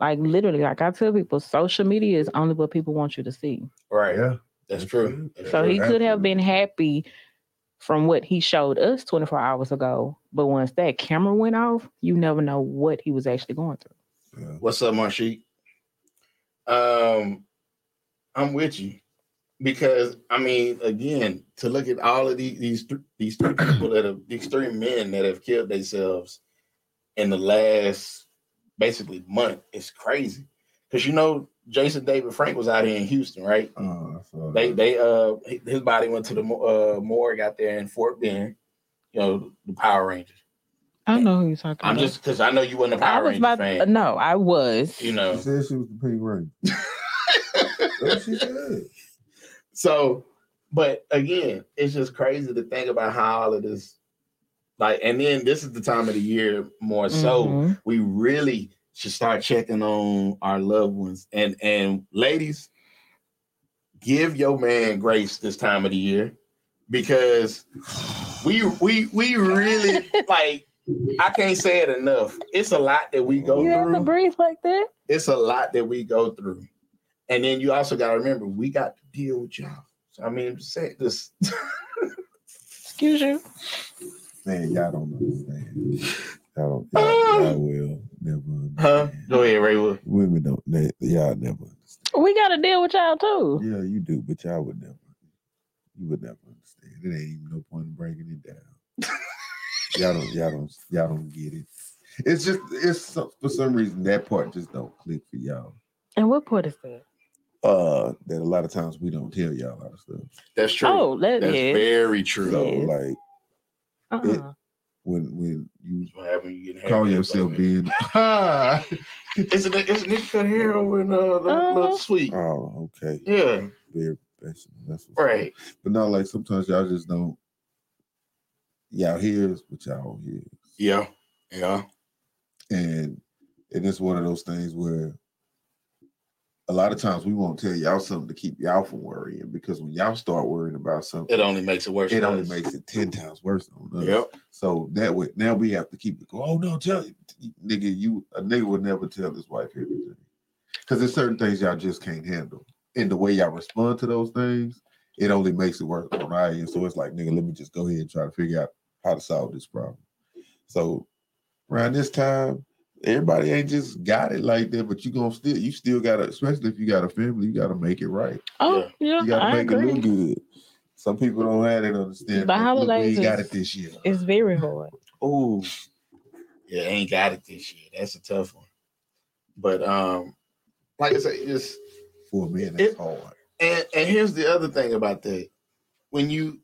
Like literally, like I tell people, social media is only what people want you to see.
Right.
Yeah,
That's true. That's
So
true.
he could have been happy from what he showed us 24 hours ago. But once that camera went off, you never know what he was actually going through.
yeah.
What's up, Marshik? Um, I'm with you because I mean, again, to look at all of these these th- these three people that have these three men that have killed themselves in the last basically month is crazy. Because you know, Jason David Frank was out here in Houston, right?
Oh, I saw
They
that.
they uh hi- his body went to the mo- uh morgue out there in Fort Bend, you know, the Power Rangers.
I know who you're talking
I'm
about.
just because I know you wasn't a
I
Power
was
Ranger
about
fan.
no, I was.
you
She
know,
said she was the pink ring. That's what she said.
so but again, it's just crazy to think about how all of this, like, and then this is the time of the year more so
Mhm.
we really should start checking on our loved ones. And and ladies, give your man grace this time of the year because we we we really like I can't say it enough. It's a lot that we go
you have to
through.
breathe like that.
It's a lot that we go through. And then you also gotta remember we got to deal with y'all. So I mean say this
Excuse you.
Man, y'all don't understand. Y'all, don't, y'all, y'all will never understand.
huh? Go ahead, Ray. Wood.
Women don't. They, y'all never. Understand.
We got to deal with y'all too.
Yeah, you do, but y'all would never. You would never understand. It ain't even no point in breaking it down. y'all don't. Y'all don't. Y'all don't get it. It's just. It's so- for some reason that part just don't click for y'all.
And what part is that?
Uh, that a lot of times we don't tell y'all our stuff.
That's true.
Oh, that
That's
is.
very true.
So
Yes.
like
uh-uh.
when when you
That's what happened when you get
call
haircuts
yourself
like that.
being
Isn't it? Isn't it cut hair over in uh, the
Uh-huh.
little suite?
oh okay
Yeah,
very professional. That's what's up.
right.
But not like sometimes y'all just don't. Y'all hears but y'all don't hear.
Yeah, yeah.
And and it's one of those things where a lot of times we won't tell y'all something to keep y'all from worrying because when y'all start worrying about something,
It only makes it worse.
it
for
only
us.
makes it ten times worse on us.
Yep.
So that way now we have to keep it go. Oh no, tell nigga, you a nigga would never tell his wife everything. Cause there's certain things y'all just can't handle. And the way y'all respond to those things, it only makes it worse on our end. So it's like, nigga, let me just go ahead and try to figure out how to solve this problem. So around this time, everybody ain't just got it like that, but you gonna still you still gotta, especially if you got a family, you gotta make it right.
Oh, yeah,
You gotta
I
make
agree.
it look good. Some people don't have that understanding.
The
like, look, we
holidays
ain't got
is-
it this year.
It's very hard.
Oh, yeah. Ain't got it this year. That's a tough one. But um, like I say, just
for me, and
It-
it's hard.
and and here's the other thing about that: when you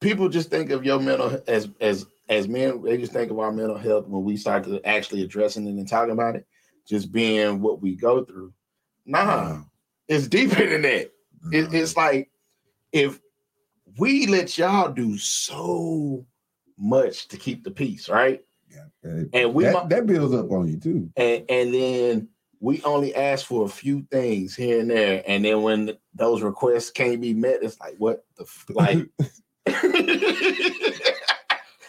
people just think of your mental as as as men, they just think of our mental health when we start to actually addressing it and talking about it, just being what we go through. Nah,
Uh,
it's deeper than that. uh-huh. It, it's like if we let y'all do so much to keep the peace, right? And we
that,
mu-
that builds up on you too.
and and then we only ask for a few things here and there, and then when those requests can't be met, it's like what the f- like.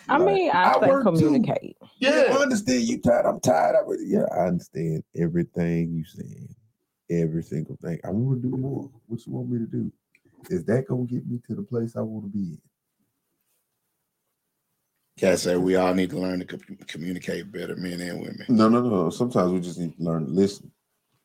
I
Like,
mean,
I
I,
work
think
too.
communicate.
I
yeah,
understand you tired. I'm tired. I'm yeah. I understand everything you saying, every single thing. I want to do more. What you want me to do? Is that gonna get me to the place I want to be in?
yeah. So we all need to learn to com- communicate better, men and women.
No, no, no. Sometimes we just need to learn to listen.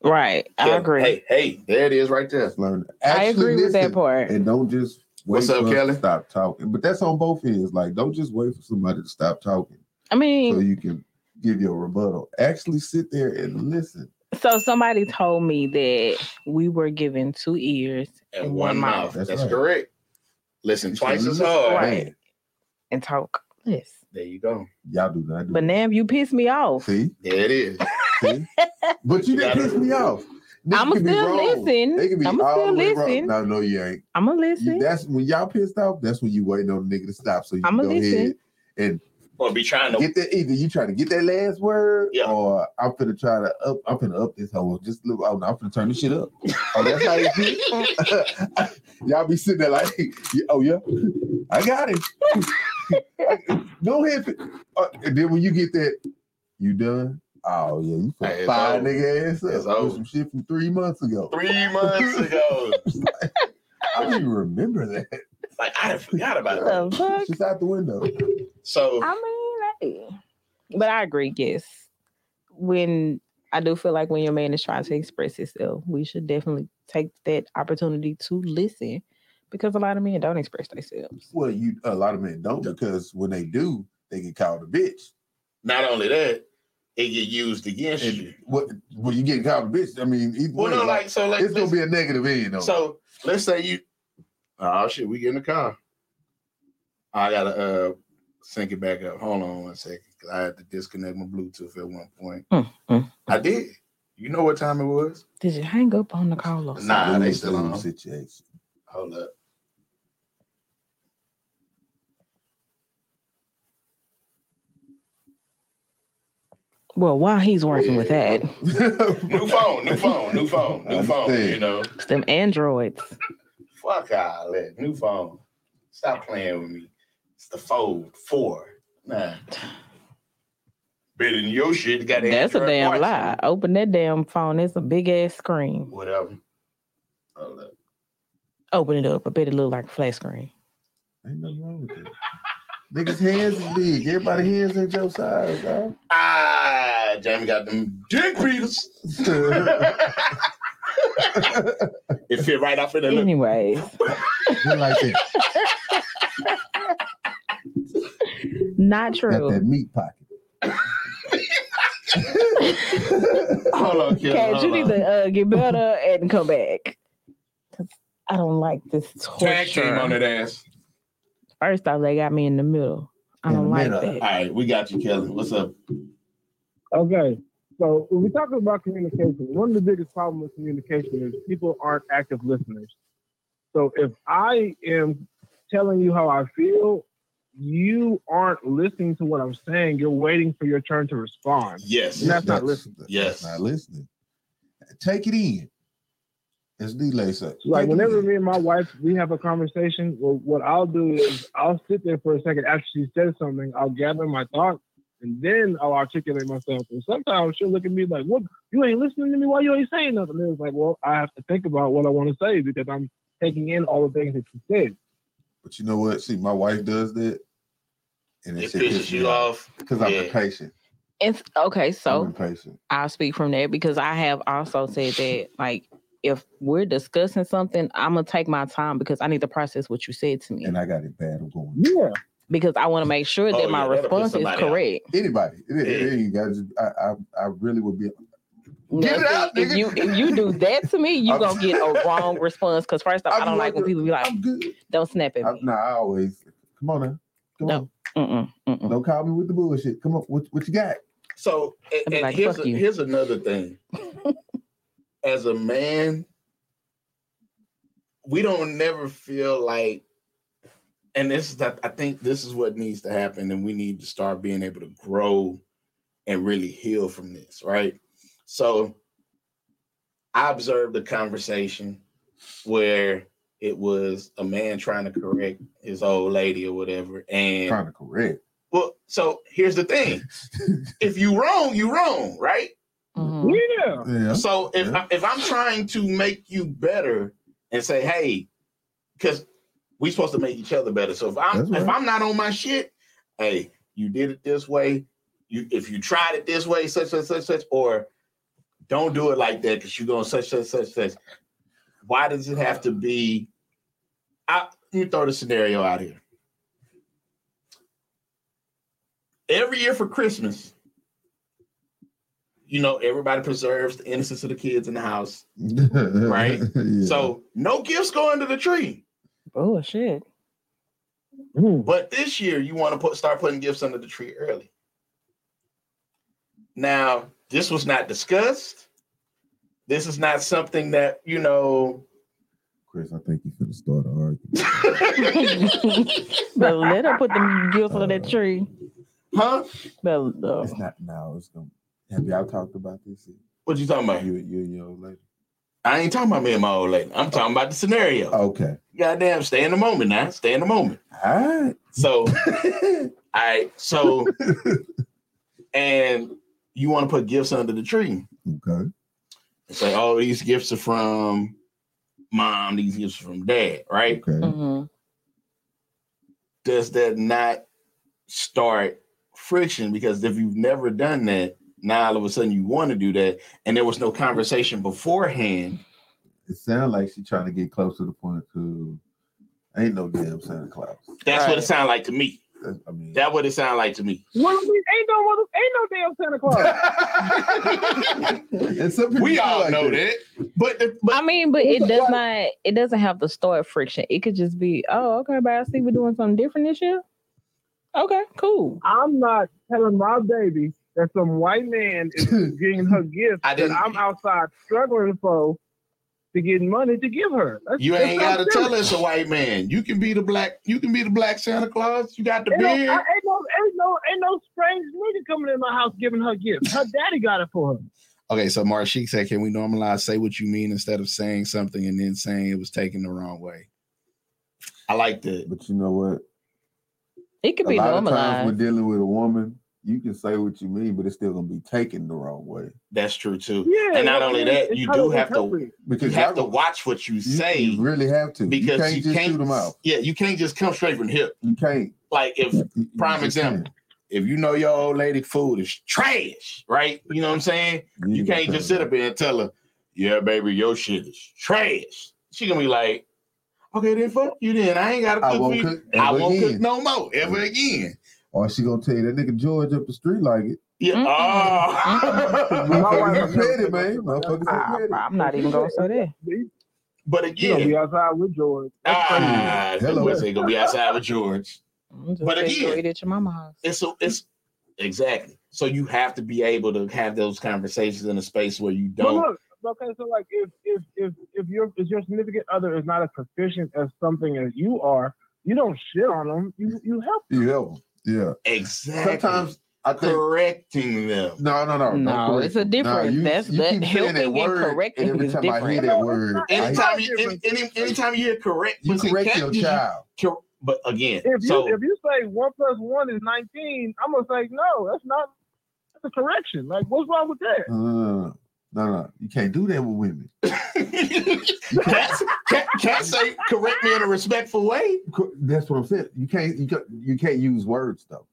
Right. I
Yeah,
agree.
Hey, hey, there it is, right there.
Just learn. To
I
actually
agree with that
listen
part.
And don't just wait
What's up,
for us to
Kelly?
stop talking. But that's on both ends. Like, don't just wait for somebody to stop talking
I
so
mean,
you can give your rebuttal. Actually, sit there and listen.
so somebody told me that we were given two ears
And one mouth. That's,
That's right.
correct. Listen
You
twice
should
as
listen.
hard.
Right.
Man,
and talk less.
There you go.
y'all do not do
But
that.
now you piss me off.
See,
There it is.
see, but you didn't piss me off. Niggas
I'ma
can be
still
wrong.
listen.
They can be
I'ma
all
still
the way wrong.
listen.
No, no, you ain't.
I'ma
You-
listen.
that's when y'all pissed off. That's when you waiting on the nigga to stop. So you
I'ma
go ahead
listen.
and
Or be trying to
get that. Either you trying to get that last word,
Yeah.
or I'm finna try to up. I'm finna up this whole. Just look. Oh, no, I'm finna turn this shit up. Oh, that's how you get. y'all be sitting there like, oh yeah, I got it. no hit. Uh, and then when you get that, you done. Oh yeah, you
Hey,
finna
it's
fire
over.
nigga ass
It's
up.
over.
with Some shit from three months ago.
three months ago.
I don't even remember that.
like I done forgot about that.
The fuck?
It's just out the window.
So
I mean, hey. but I agree. Yes, when I do feel like when your man is trying to express himself, we should definitely take that opportunity to listen, because a lot of men don't express themselves.
Well, you a lot of men don't because when they do, they get called a bitch.
not only that, it get used against
And
you.
what when you get called a bitch, I mean, either
Well,
way,
no,
like,
like so, like
it's gonna be a negative end. On it.
so. Let's say you. Oh shit, we get in the car. I gotta uh sync it back up. Hold on one second. 'cause I had to disconnect my Bluetooth at one point.
Mm, mm.
I did. You know what time it was?
Did you hang up on the caller?
Nah. they
Lose-lose
still on.
situation.
Hold up.
Well, while he's working with that,
New phone, new phone, new phone, new phone.
Understand.
You know,
it's them androids.
fuck all that. New phone. Stop playing with me. It's the fold four. Nah. Better than your shit. Got
That's a
Android
damn
parts.
lie. Open that damn phone. It's a big ass screen.
Whatever. Hold up.
Open it up. I bet it look like a flat screen.
Ain't nothing wrong with that. Niggas' hands is big. Everybody hands ain't your size, dog.
Ah, Jamie got them dick beaters. it fit right off in the look.
Anyways,
like that.
not
Got that
true.
meat pocket.
Hold on, kid.
Okay, you
hold
need
on.
to uh, get better and come back. 'Cause I don't like this
Tag team on
torture.
that ass.
First off, they got me in the middle. I
In
don't
the
like
middle.
All
that.
right, we got you, Kelly. What's up?
Okay. So when we talk about communication, one of the biggest problems with communication is people aren't active listeners. So if I am telling you how I feel, you aren't listening to what I'm saying. You're waiting for your turn to respond.
Yes.
That's not listening.
that's
Yes.
not listening. Take it in. As D-Lay said.
Like
take it
whenever
in.
me and my wife we have a conversation, well, what I'll do is I'll sit there for a second after she says something. I'll gather my thoughts and then I'll articulate myself. And sometimes she'll look at me like, "What? You ain't listening to me? Why you ain't saying nothing?" And it's like, well, I have to think about what I want to say because I'm taking in all the things that she said.
But you know what? See, my wife does that. And
It
shit
pisses you off.
Because I'm
Yeah.
impatient.
It's okay. So
I'm impatient.
I'll speak from there because I have also said that like if we're discussing something, I'm gonna take my time because I need to process what you said to me
And I got it bad. I'm going.
Yeah,
because I want to make sure that
Oh,
my
yeah, that'll piss
response is
somebody off.
correct.
Anybody. It, it- it
Yeah.
ain't got to- I, I, I really would be.
Now,
it
see,
out,
if
nigga.
you if you do that to me, you
I'm-
gonna get a wrong response. Because first off, I
I'm
don't like when
like,
people be like,
I'm good.
"Don't snap at
I,
me."
nah, I always. Come on now. Come
No. Mm-mm,
on.
mm-mm.
Don't call me with the bullshit. Come on. What, what you got?
So and,
be
and
like,
here's,
fuck
a-
you.
here's another thing. As a man, we don't never feel like, and this is that I think this is what needs to happen, and we need to start being able to grow and really heal from this, right? So I observed a conversation where it was a man trying to correct his old lady or whatever. And
Trying to correct.
Well, so here's the thing: if you wrong, you wrong, right?
Mhm.
yeah.
Yeah.
So if I, if I'm trying to make you better and say, hey, because we supposed to make each other better. So if I'm
That's right.
if I'm not on my shit, hey, you did it this way. You if you tried it this way, such such such such, or don't do it like that because you're going such such such such. Why does it have to be? I let me throw the scenario out here. Every year for Christmas, you know, everybody preserves the innocence of the kids in the house. Right?
Yeah.
So no gifts go under the tree.
Oh shit!
Hmm.
But this year, you want to put start putting gifts under the tree early. Now, this was not discussed. This is not something that you know.
Chris, I think you're going to start an argument.
but let her put the gifts under that tree.
huh?
But uh,
It's not now. It's going to. Have y'all talked about this?
What you talking about?
You, you and your old lady.
I ain't talking about me and my old lady. I'm talking about the scenario.
Okay.
Goddamn, stay in the moment now. Stay in the moment.
All right.
So, all right. So, and you want to put gifts under the tree.
Okay.
and say, "Oh, these gifts are from mom. These gifts are from dad." Right?
Okay.
mhm.
Does that not start friction? Because if you've never done that, now all of a sudden you want to do that, and there was no conversation beforehand.
It sounds like she's trying to get close to the point to ain't no damn Santa Claus.
That's what
Right.
it sounded like to me.
That- I mean,
That what it sounded like to me.
Well, we ain't no mother- ain't no damn Santa Claus.
and some people
we
feel
all
like
know that, but the,
I
but
mean, but it does not. It doesn't have to start friction. It could just be, oh, okay, but I see we're doing something different this year. Okay, cool.
I'm not telling my baby that some white man is getting her gift
I
that
didn't-
I'm outside struggling for to get money to give her. That's-
You
that's
ain't
not
gotta
fair.
tell us a white man. You can be the black. You can be the black Santa Claus. You got the
Ain't no, I,
beard.
ain't no, ain't no, ain't no strange nigga coming in my house giving her gifts. Her daddy got it for her.
Okay, so Marshik said, "Can we normalize say what you mean instead of saying something and then saying it was taken the wrong way?" I like that.
But you know what?
It could
A
be
lot of times
normalized.
when dealing with a woman, you can say what you mean, but it's still gonna be taken the wrong way
That's true too.
Yeah,
And not only that,
it's
you
how
do
they
have to-
interpret it.
because
You have to
y'all gonna-
watch what you
you-
say
You really have to. you
because
can't just shoot them out.
Yeah, you can't just come straight from the hip.
You can't.
Like if
You- you
prime
just can't.
example, if you know your old lady food is trash, right? You know what I'm saying? You
ain't gonna
can't
tell
just sit
her.
up there and tell her, yeah, baby, your shit is trash. She gonna be like, okay, then fuck you then. I ain't gotta cook
I
for
won't
you.
cook.
I
ever
won't cook
again.
no more ever again.
Or she gonna tell you that nigga George up the street like it.
Yeah.
Mm-mm.
Oh.
My wife-
Motherfuckers is petty, man. Motherfuckers is
Ah,
petty.
I'm not even gonna say that.
You
but
gonna
again,
be outside with George. That's crazy.
ah,
Hello.
Hello. ain't gonna be outside with George.
I'm just
But
saying, go
again-
eat at your mama house.
It's so it's exactly. So you have to be able to have those conversations in a space where you
But
don't.
look, okay, so like if if if if your if your significant other is not as proficient as something as you are, you don't shit on them. You you help.
You help 'em. Yeah.
Exactly.
Sometimes I think
correcting them.
no, no, no,
No,
correct
it's a
me.
difference. That's- that
keep saying
helping and
word,
correcting
every
is
time I hear
different.
that word, I,
Anytime you any, any, anytime you're correct,
you
but see,
correct
can't
your
you-
child.
cor- But again,
If you
so
if you say one plus one is nineteen, I'm gonna say no. That's not. That's a correction. Like what's wrong with that?
No, no, no, no, no, no. Uh, You can't do that with women.
cats cat, cats say correct me in a respectful way.
Co- That's what I'm saying. You can't. You can't. You can't use words though.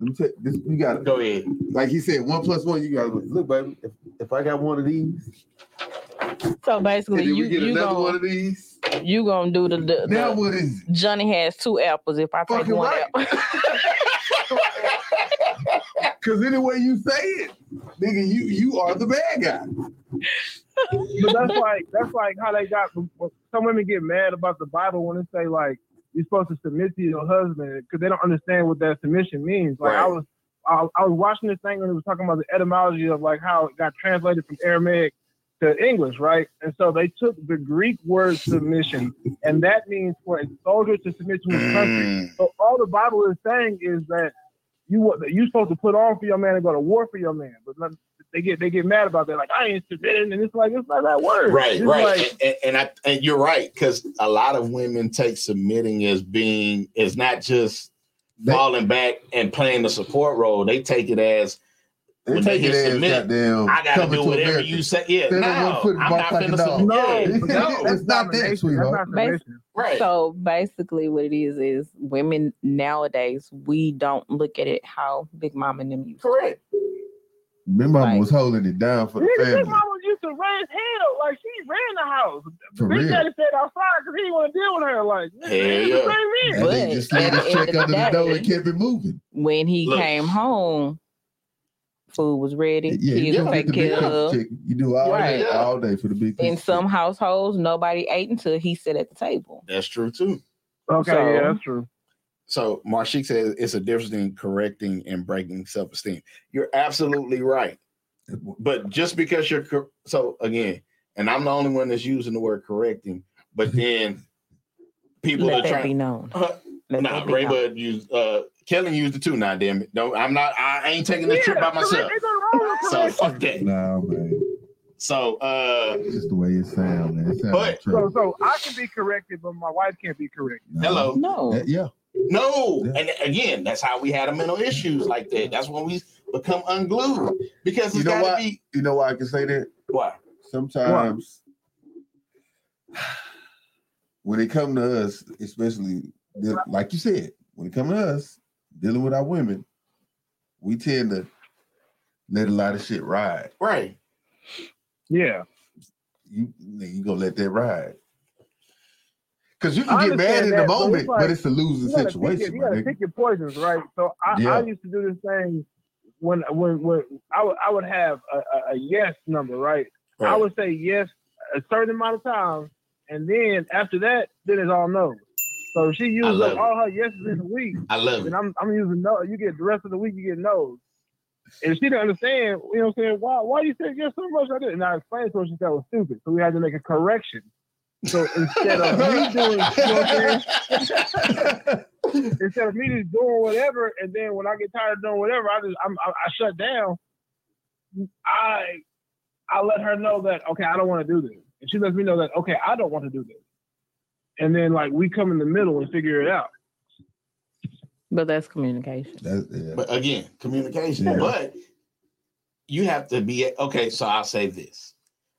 Let me tell you, this, you got
Go ahead.
like he said, one plus one. You got to look, baby. If, if I got one of these,
So
and
basically,
then
you
we get
you
another one
gonna,
of these,
you gonna do the, the,
now
the-
what is it?
Johnny has two apples. If I take
Fucking
one
right.
apple,
Because any way you say it, nigga, you you are the bad guy.
But that's like that's like how they got some women get mad about the Bible when they say like you're supposed to submit to your husband because they don't understand what that submission means. Like I
Right.
was I, I was watching this thing when it was talking about the etymology of like how it got translated from Aramaic to English, right? And so they took the Greek word submission, and that means for a soldier to submit
Mm,
to his country. So all the Bible is saying is that you wa- that you supposed to put on for your man and go to war for your man, but none- they get they get mad about that. Like I ain't submitting, and it's like it's not that word.
Right,
It's
right,
like,
and, and I and you're right because a lot of women take submitting as being as not just
They-
falling back and playing the support role. They take it as
They
When they
take it
get
as
submitted,
goddamn.
I gotta
coming
do
to
whatever
America.
you say. Yeah,
They
no,
don't want to put
I'm not
box like a
finna
dog.
submit.
no,
Yeah,
It's not
no,
that,
domination. That's
sweetheart.
not
Bas-
submission.
right.
so basically, what it is is women nowadays we don't look at it how Big Mom and them used. to.
Correct.
My mama
Like-
was holding it down for the
Nigga, Big
family.
mama used to raise hell. Like she ran the house.
For
Big
real.
daddy stayed outside because he didn't want to deal with her. Like
Hell
nigga,
yeah.
same man.
And they
But
just slid
at the
his check
end of
under
the
the door
day-
and kept it moving.
When he
Look.
came home, food was ready.
Yeah,
kids
you
were
don't get
taken
the big
care
piece
of.
of chicken. You do all
Right.
day, all day for the big piece.
In
of
some households, nobody ate until he sat at the table.
That's true too.
Okay,
So-
yeah, that's true.
So Marshik says it's a difference in correcting and breaking self-esteem. You're absolutely right.
chicken.
But just because you're cor- so again, and I'm the only one that's using the word correcting, but then people
Let
are
that be
trying
known.
Huh?
Let
nah,
that be
Ray
known.
Bud used uh Kellen used it too. Nah, damn it. No, I'm not I ain't taking this trip
Yeah,
by myself.
ain't nothing wrong with
So
correction.
fuck that.
Nah, man,
So uh
it's just the way it sounds, man. It sound
But-
like
So,
trouble.
so I can be corrected, but my wife can't be corrected.
Nah.
hello.
No.
That- Uh, yeah,
No,
Yeah.
and again, that's how we had a mental issues like that. That's when we become unglued because it's
You know
gotta
what?
be
you know why I can say that.
what?
Sometimes, when it come to us, especially the- like you said, when it come to us dealing with our women, we tend to let a lot of shit ride.
Right.
Yeah,
you you gonna let that ride. Cause you can
I
get mad
understand
in
that,
the
but it's
moment,
like-
but it's a
you
losing
gotta, pick your,
situation,
you
my
gotta
nigga.
pick your poisons, right? So I,
Yeah.
I used to do this thing when when when I would I would have a, a, a yes number, right? I
Right.
would say yes a certain amount of times, and then after that, then it's all no. So if she used
love
up
it.
all her yeses in a week,
I love it.
and I'm I'm using no. You get the rest of the week, you get no's. And she didn't understand, you know what I'm saying? Why why you said yes so much? I did. And I explained to her she thought it was stupid. So we had to make a correction. So instead of me doing you know what I'm saying? instead of me just doing whatever, and then when I get tired of doing whatever, I just I'm, I, I shut down. I I let her know that okay, I don't want to do this, and she lets me know that okay, I don't want to do this, and then like we come in the middle and figure it out.
But that's communication.
That's, yeah.
But again, communication.
Yeah.
But you have to be okay. So I'll say this: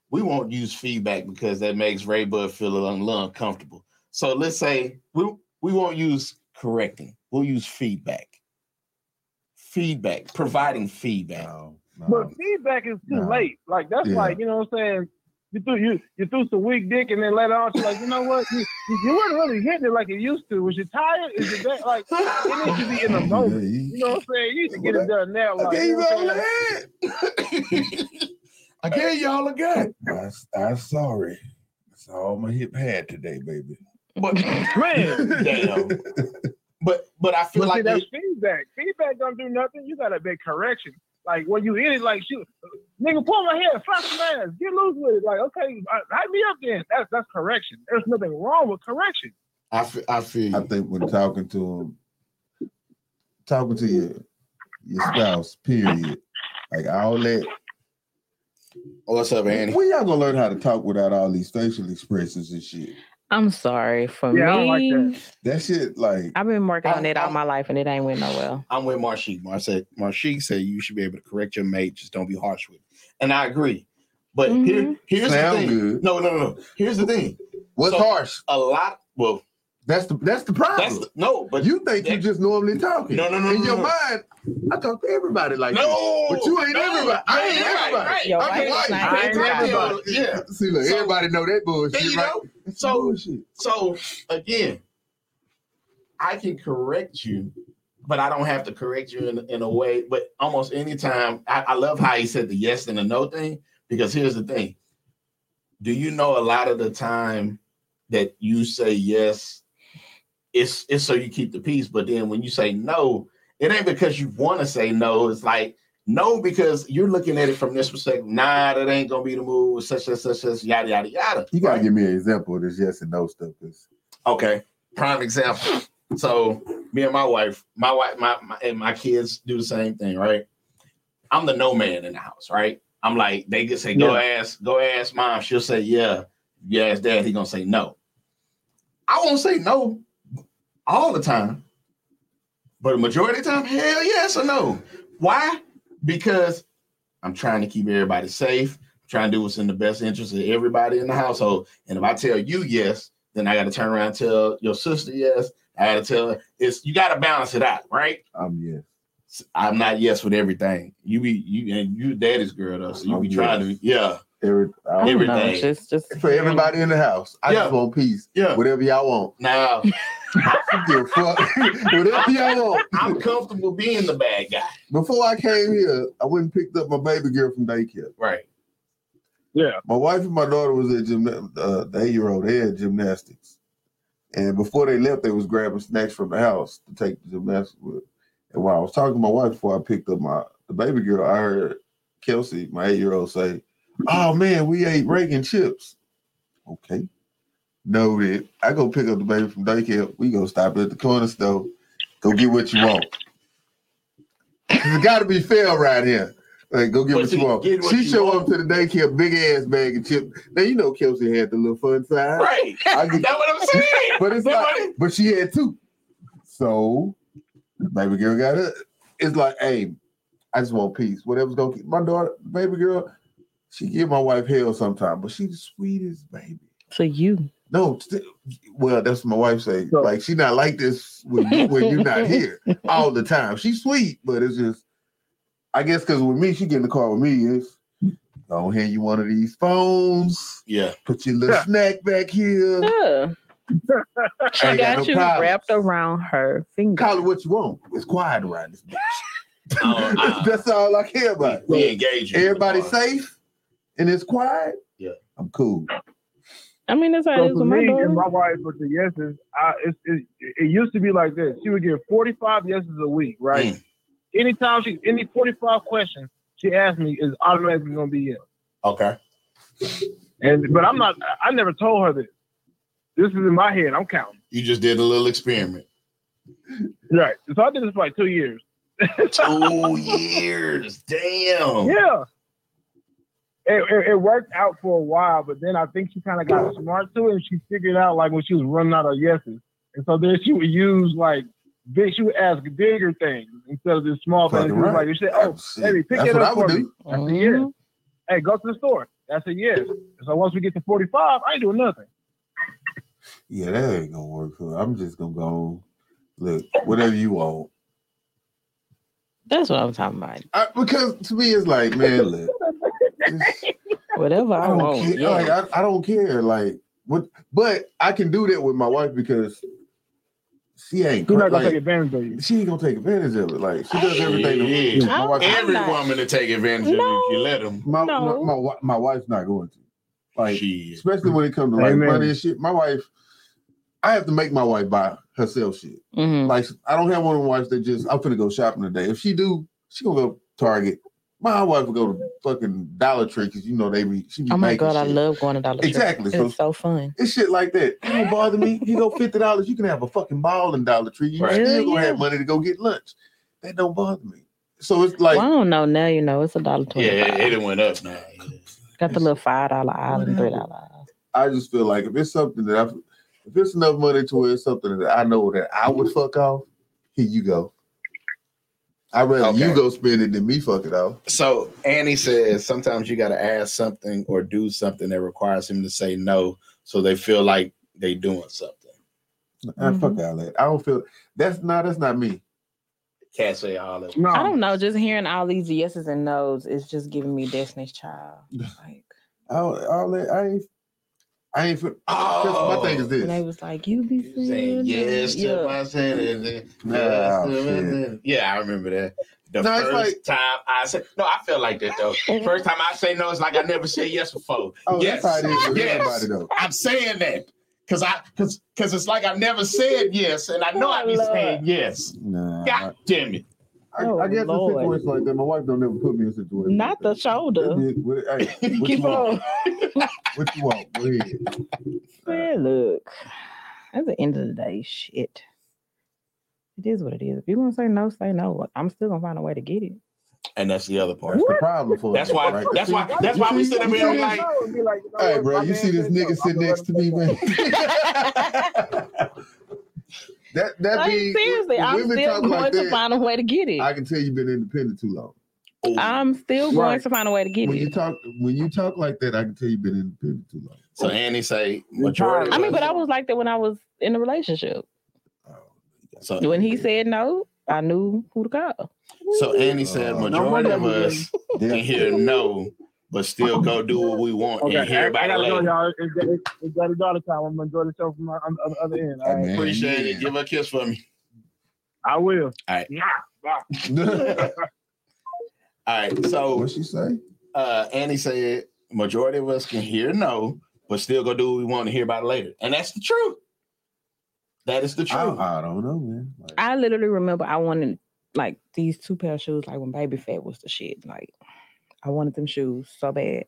we won't use feedback because that makes Ray Bud feel a little uncomfortable. So let's say we we won't use correcting. We'll use feedback. Feedback, providing feedback.
No, no.
But feedback is too
Nah.
late. Like that's
Yeah.
like you know what I'm saying. You threw you you threw some weak dick and then later on she's like, you know what? You, you you weren't really hitting it like you used to. Was you tired? Is it that like it needs to be in the
Yeah,
moment?
you-
You know what I'm saying? You need to get it done now. Like,
Okay,
you know
you
what I'm
all
saying?
ahead. Again, y'all again.
I, I'm sorry. That's all my hip had today, baby.
But
Man,
damn. But but I feel
but see,
like
that's
it-
feedback. Feedback don't do nothing. You got a big correction. Like when you hit it, like shoot, nigga, pull my hair, slap some ass, get loose with it. Like okay, uh, hype me up then. That's that's correction. There's nothing wrong with correction.
I feel, I feel
I
you.
think when talking to him, talking to your your spouse, period. Like all that.
Oh, What's up, Annie?
When y'all gonna learn how to talk without all these facial expressions and shit?
I'm sorry for
Yeah, I don't like
me.
That shit, like,
I've been working
I-
on it all
I-
my life and it ain't went nowhere.
I'm with Marshik. Mar said Marshik said you should be able to correct your mate, just don't be harsh with it. And I agree. But here, here's
Sound
the thing.
good.
No, no, no, no. Here's the thing.
what's
So-
harsh?
A lot. Well,
That's the that's the problem.
that's no, but
you think you
that-
just normally talking?
No, no, no,
In
no,
your
no.
mind, I talk to everybody like this.
no.
But you ain't everybody. I ain't everybody.
Yo,
I'm
why
white.
it's not
I ain't
everybody?
everybody.
Yeah.
See, look,
So-
everybody know that bullshit,
There you
right?
go.
It's
So-
bullshit.
So again, I can correct you, but I don't have to correct you in, in a way. But almost any time, I, I love how he said the yes and the no thing because here's the thing: do you know a lot of the time that you say yes, it's it's so you keep the peace, but then when you say no, it ain't because you want to say no. It's like no because you're looking at it from this perspective. Nah, that ain't gonna be the move. Such and such such yada yada yada.
You gotta
right?
give me an example of this yes and no stuff. 'cause-
Okay. Prime example. So me and my wife, my wife, my, my and my kids do the same thing, right? I'm the no man in the house, right? I'm like, they could say, go ask, go ask mom. She'll say, yeah. You ask dad, he gonna say no. I won't say no all the time, but a majority of the time, hell yes or no. Why? Because I'm trying to keep everybody safe, trying to do what's in the best interest of everybody in the household. And if I tell you yes, then I got to turn around and tell your sister yes. I got to tell her. It's you got to balance it out, right?
I'm yes.
S- I'm not yes with everything. You be you and you daddy's girl though, so you be
I'm
trying to yeah
Every,
I
I-
don't know.
Everything.
It's just, just
for everybody in the house, I
Yeah.
just want peace.
yeah.
Whatever y'all want,
Now
I don't give a fuck. Whatever y'all want.
I'm comfortable being the bad guy,
Before I came here, I went and picked up my baby girl from daycare.
right?
Yeah.
My wife and my daughter was at gymna- uh, the eight year old. They had gymnastics, and before they left, they was grabbing snacks from the house to take to gymnastics with. And while I was talking to my wife before I picked up my the baby girl, I heard Kelsey, my eight year old, say, "Oh man, we ate Reagan chips." Okay, noted. I go pick up the baby from daycare. We go stop at the corner store. Go get what you want. It's got to be fair right here. Like, go get
But
what
see,
you want.
get what
she
you
show
want.
up to the daycare, big ass bag of chips. Now you know Kelsey had the little fun side,
Right.
I
That's
get-
what I'm saying.
but it's like,
Nobody-
but she had two. So, baby girl got it. It's like, hey, I just want peace. Whatever's gonna keep my daughter, baby girl. She give my wife hell sometimes, but she the sweetest baby.
to you.
No, st- well, that's what my wife say.
So-
like she not like this when you, when you're not here all the time. She's sweet, but it's just, I guess, because with me, she get in the car with me is, go hand you one of these phones,
Yeah.
put your little
Yeah.
snack back here.
Yeah.
I
She
ain't
got
got no
you
problems.
wrapped around her finger.
Call it what you want. It's quiet around this bitch.
Oh, uh,
that's all I care about.
we engaging. Uh,
Everybody safe and it's quiet.
Yeah.
I'm cool.
I mean, that's how
So
it is
for
with my
me and my
daughter.
wife with the yeses, I, it, it, it used to be like this. She would get 45 yeses a week, right? Anytime she, any 45 questions she asked me is automatically going to be yes.
Okay.
And, but I'm not, I I never told her this. This is in my head. I'm counting.
You just did a little experiment.
Right. So I did this for like two years.
Two years. Damn.
Yeah. It, it, it worked out for a while, but then I think she kind of got smart to it and she figured out like when she was running out of yeses. And so then she would use like, big, she would ask bigger things instead of just small things.
Fucking
She was
right.
Like, you said, oh,
Shit,
baby, pick
That's
it
what I
up for
would
me.
do.
That's a yes. Hey, go to the store. That's a yes. So once we get to 45, I ain't doing nothing.
Yeah, that ain't gonna work. For I'm just gonna go look whatever you want.
That's what I'm talking about.
I, because to me, it's like, man, look, just-
Whatever
I
I
don't
want.
care.
Yeah.
Like, I, I don't care. Like what? But I can do that with my wife because she ain't.
She's
cra-
not going to take
like,
advantage of you.
she ain't gonna take advantage of it. Like she does everything. to-
Yeah.
My wife,
I'm
Every
not-
woman to take advantage of you if you let them.
my,
No.
my, my wi- my wife's not going to. Like
Shit.
especially when it comes to like
Amen.
money and shit. My wife, I have to make my wife buy herself shit.
Mhm.
Like I don't have one of my wives that just I'm finna go shopping today. If she do, she gonna go Target. My wife will go to fucking Dollar Tree because you know they be she be
Oh my
making
god, I
shit.
love going to Dollar Tree.
Exactly. So-
It's so fun.
It's shit like that. It don't bother me. You go fifty dollars, you can have a fucking ball in Dollar Tree. You
Right.
still
Hell
gonna
yeah.
have money to go get lunch. That don't bother me. So it's like
well, I don't know now. You know, it's a dollar
Yeah,
twenty-five.
it, it done went up now. Yeah.
Got the little five dollar aisle and three dollar aisle.
I just feel like if it's something that I, if it's enough money to where it's something that I know that I would fuck off, here you go. I'd rather
Okay.
you go spend it than me fuck it off.
So Annie says sometimes you got to ask something or do something that requires him to say no, so they feel like they doing something.
Ah,
Mm-hmm.
fuck all that. I don't feel that's not that's not me.
Can't say all at once.
Oh.
No.
I don't know. Just hearing all these yeses and nos is just giving me Destiny's Child. Like
I don't, all that I ain't I ain't feel. 'cause
Oh.
My thing is
when they
this.
was like, "You be
You Oh. Saying
saying
yes to
yeah.
my sanity.
Nah, oh,
Yes to my
shit.
sanity. Yeah, I remember that. The
No, it's
first
like-
time I said no, I felt like that though. First time I say no, it's like I never said yes before.
Oh,
yes,
that's how it is with
yes.
everybody though.
I'm saying that because I because because it's like I never said yes, and I know I be
Oh, Lord.
saying yes.
Nah, I,
God damn it!
I,
Oh,
I guess
Lord.
in situations like that, my wife don't ever put me in situations. like
Not the
that. That
shoulder.
is what- hey, what
Keep
you want?
on.
What you want? Go ahead.
Man, look, at the end of the day, shit. It is what it is. If you want to say no, say no. I'm still gonna find a way to get it.
And that's the other part.
That's the problem for
That's
us,
why-
Right?
that's
You
why-
see-
that's why
you
we
see-
sit up
you
here
see
like-
this?
Be like, you know
Hey,
what,
bro,
my
you
man
see this
said no.
nigga
I'm
sitting
gonna
next to
let him
me,
take
man. That that
Like,
be
seriously,
when
I'm
women
still
talk
going
like
to
that,
find a way to get it.
I can tell you've been independent too long.
Oh,
I'm still going
Right.
to find a way to get
When you
it.
talk when you talk like that, I can tell you've been independent too long.
so Annie say
You're
majority.
tired.
I mean, but I was like that when I was in a relationship.
Oh,
so,
When he said no, I knew who to call.
so Annie said
Uh,
majority of us can
Yeah.
hear no, but still go do what we want and
Okay,
hear
I, I
about it
gotta go,
later.
y'all. It's, it's, it's got a daughter time. I'm gonna enjoy the show from my, on, on the other end. all right?
Amen.
Appreciate it.
Yeah.
Give her a kiss for me.
I will.
All right.
Nah, nah.
All right. So
what oh. she say?
uh, Annie said majority of us can hear no, but still go do what we want to hear about it later, and that's the truth. That is the
I,
truth.
I don't know, man. Like,
I literally remember I wanted like these two pair of shoes, like when Baby Fat was the shit. Like I wanted them shoes so bad.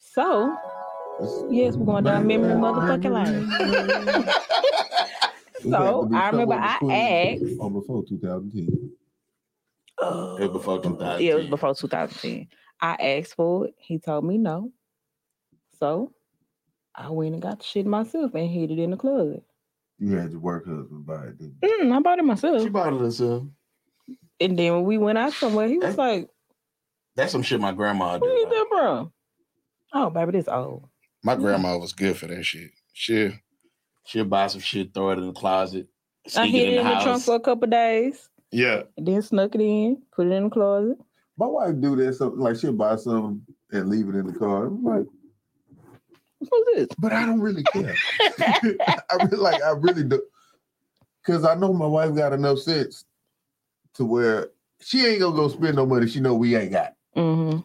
So
it's-
yes, we're going down memory motherfucking lane.
it's like to
So
be
I remember
somewhere
I
between
asked.
or before 2010.
It was before 2010.
Yeah, it was before 2010. I asked for it. He told me no. So I went and got the shit myself and hid it in the closet.
You had your work husband buy it, didn't you?
Mm, I bought it myself.
She bought it herself.
And then when we went out somewhere, he was
Eh?
like,
That's some shit my grandma did.
Where you that from? Oh, baby, this old.
My grandma was good for that shit. She she'll buy some shit, throw it in the closet,
I
sneak
hid
it
it in the,
house.
trunk for a couple days,
yeah,
and then snuck it in, put it in the closet.
My wife do that something like she'll buy something and leave it in the car. I'm like,
What's this?
but I don't really care. I really like I really do because I know my wife got enough sense to where she ain't gonna go spend no money she know we ain't got.
Mm-hmm.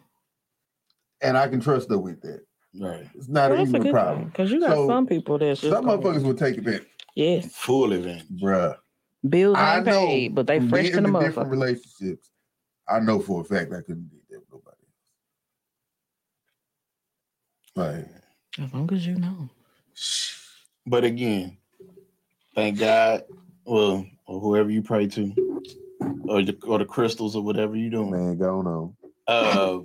And I can trust her with that.
Right.
It's not
Well, that's
an
a
even
good
problem.
because you got
So,
some people that's just
Some
gonna-
motherfuckers will take it,
yes,
Full event.
bruh.
bills
I
ain't
know.
paid, but they fresh
Being
in the
different
motherfucker.
relationships, I know for a fact I couldn't date that with nobody. Like,
As long as you know,
But again, thank God, well, or whoever you pray to, or the, or the crystals or whatever you doing.
man, going on.
Uh,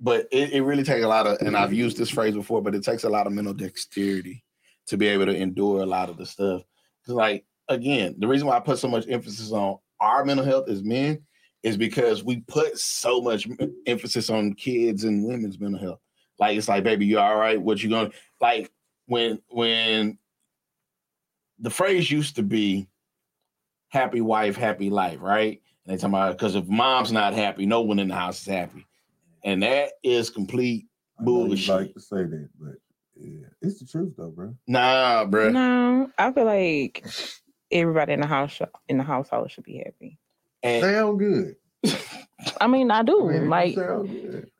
but it, it really takes a lot of, and I've used this phrase before, but it takes a lot of mental dexterity to be able to endure a lot of the stuff. 'Cause like again, the reason why I put so much emphasis on our mental health as men is because we put so much m- emphasis on kids and women's mental health. Like it's like, baby, you all right? What you gonna like when when the phrase used to be happy wife, happy life, right? And they talking about because if mom's not happy, no one in the house is happy. And that is complete
I know you
Bullshit.
like to say that, but yeah, it's the truth though, bro.
nah, bruh.
no, I feel like everybody in the house sh- in the household should be happy.
And
Sound good.
I mean, I do.
I mean,
like,
sound good.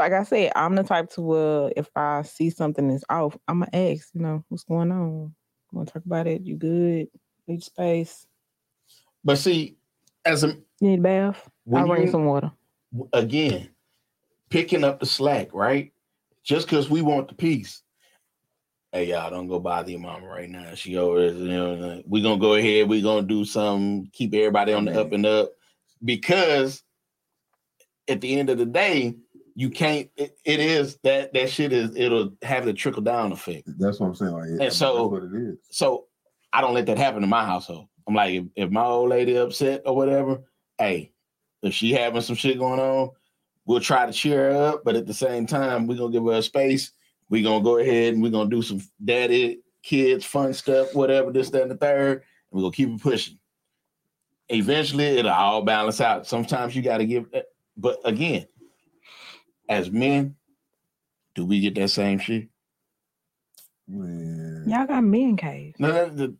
like I said, I'm the type to uh, if I see something that's off, I'm gonna ask. You know, what's going on? Want to talk about it? You good? Need space?
but see, as a
Need a bath?
when
I'll bring
you,
some water.
again picking up the slack, right? Just because we want the peace. Hey y'all, don't go bother your mama right now. She over there, you know, we're gonna go ahead, we're gonna do something, keep everybody on the up and up. Because at the end of the day, you can't it, it is that that shit is it'll have the trickle down effect
That's what I'm saying. Like, that's
so-
what it is.
so I don't let that happen in my household. I'm like, if, if my old lady upset or whatever, hey, if she having some shit going on, we'll try to cheer her up, but at the same time, we're gonna give her a space. We're gonna go ahead and we're gonna do some daddy kids fun stuff, whatever, this, that, and the third, and we're gonna keep it pushing. Eventually it'll all balance out. Sometimes you gotta give eh, but again, as men, do we get that same shit?
Man.
Y'all got men cave.
No, no, the,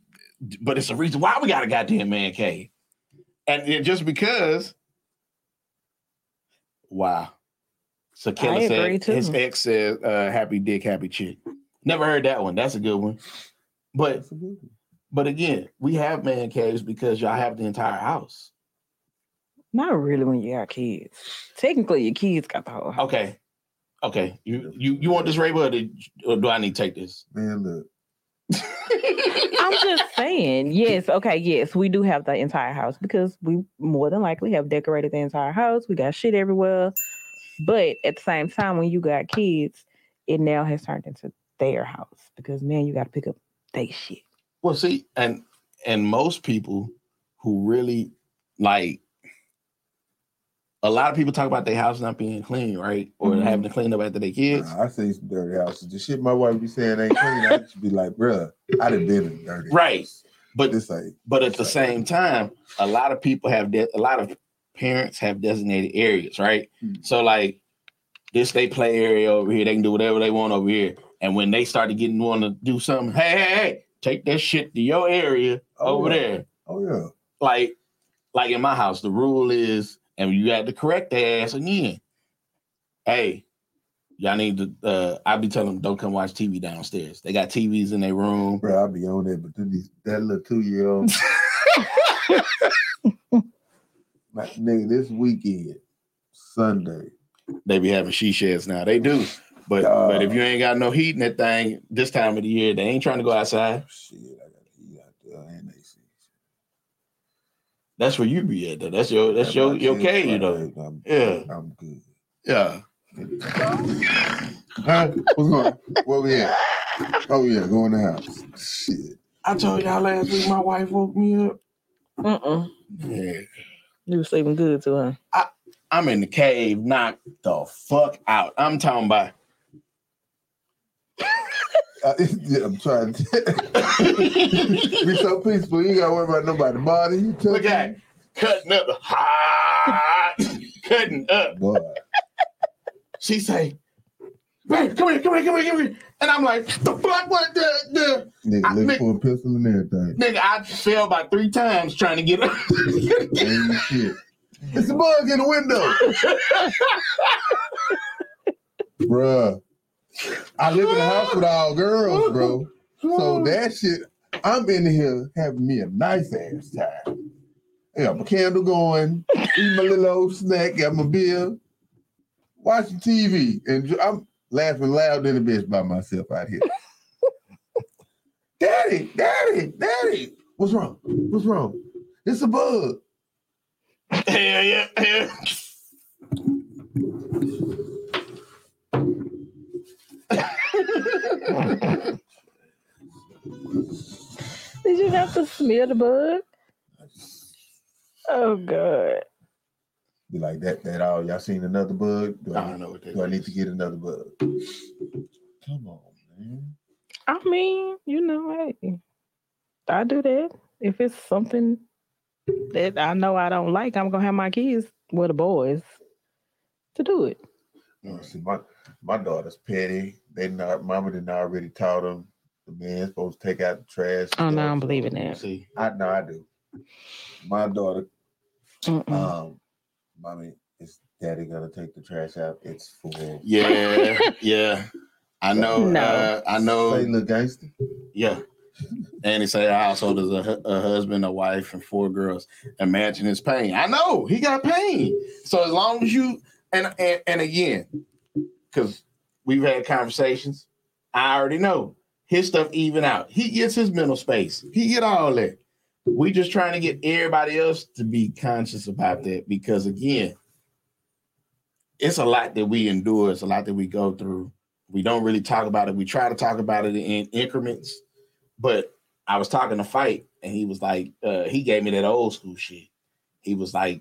but it's a reason why we got a goddamn man cave. And it- just because, wow. So Kelly
agree,
said
too.
his ex said, uh, "Happy dick, happy chick." Never heard that one. That's a good one. But
That's a good one.
but again, we have man caves because y'all have the entire house.
Not really when you got kids. Technically, your kids got the whole house.
Okay, okay. You you you want this Rainbow, or, did- or do I need to take this?
Man, look.
I'm just saying, yes, okay, yes, we do have the entire house because we more than likely have decorated the entire house. We got shit everywhere. But at the same time, when you got kids, it now has turned into their house because man, you got to pick up they shit.
Well, see, and and most people who really like a lot of people talk about their house not being clean, right? Or
Mm-hmm.
Mhm.
having to clean up after their kids.
I seen some dirty houses. The shit my wife be saying ain't clean. I just be like, bruh, I done been in dirty.
Right.
house.
But
This ain't.
but at the same time, a lot of people have de- a lot of parents have designated areas, right?
Mhm.
So like this they play area over here, they can do whatever they want over here. And when they started getting want to do something, hey, hey, hey, take that shit to your area
Oh,
over
yeah.
there.
Oh, yeah.
like like in my house, the rule is, and you had to correct their ass again. Hey, y'all need to. Uh, I be telling them don't come watch TV downstairs. They got TVs in their room.
Bro, I be on that, but then these- that little two year old, my nigga, this weekend, Sunday,
They be having she sheds now. They do, but
Dog.
but if you ain't got no heat in that thing this time of the year, they ain't trying to go outside.
shit, I got to eat out there and they see.
That's where you be at though. That's your that's your your cave
you
though.
I'm,
Yeah,
I'm good.
yeah.
Huh? What's going on? Where we at? Oh, yeah, go in the house. Shit.
I told y'all last week my wife woke me up.
Mm-mm.
Yeah.
You was sleeping good too, huh?
I'm in the cave, knock the fuck out. I'm talking about
I, yeah, I'm trying to be so peaceful. You ain't got to worry about nobody. Body, you touch
Look at it. cutting up hot, cutting up.
Boy,
She say, "Babe, come here, come here, come here, come here." And I'm like, "The fuck, what the the I
nigga, look
think-
for a pistol and everything.
nigga?" I fell about three times trying to get up.
Ain't shit. It's a bug in the window. Bruh. I live in a house with all girls, bro. So that shit, I'm in here having me a nice ass time. I got my candle going, eat my little old snack, got my beer, watching TV, and dr- I'm laughing loud in the bitch by myself out here. daddy, daddy, daddy, what's wrong? What's wrong? It's a bug.
Yeah, yeah, yeah.
Did you have to smear the bug? Oh god.
Be like that, that all y'all seen another bug? Do
I
I,
don't know what that
do I need
is.
to get another bug? Come on, man.
I mean, you know, hey, I do that. If it's something that I know I don't like, I'm gonna have my kids with the boys to do it.
Uh, see, my my daughter's petty. They not mama didn't already taught them the man's supposed to take out the trash.
Oh no, I
stuff.
don't believe in that.
See,
I know I do. My daughter,
Mm-mm.
um, mommy, is daddy gonna take the trash out? It's full.
yeah, yeah. I know.
No.
Uh, I
Say,
know.
little gangster.
Yeah. And he say our household is a, hu- a husband, a wife, and four girls. Imagine his pain. I know he got pain. So as long as you and and, and again, because we've had conversations, I already know his stuff even out. He gets his mental space. He get all that. We just trying to get everybody else to be conscious about that because again, it's a lot that we endure. It's a lot that we go through. We don't really talk about it. We try to talk about it in increments but I was talking to fight, and he was like, uh, he gave me that old school shit. He was like,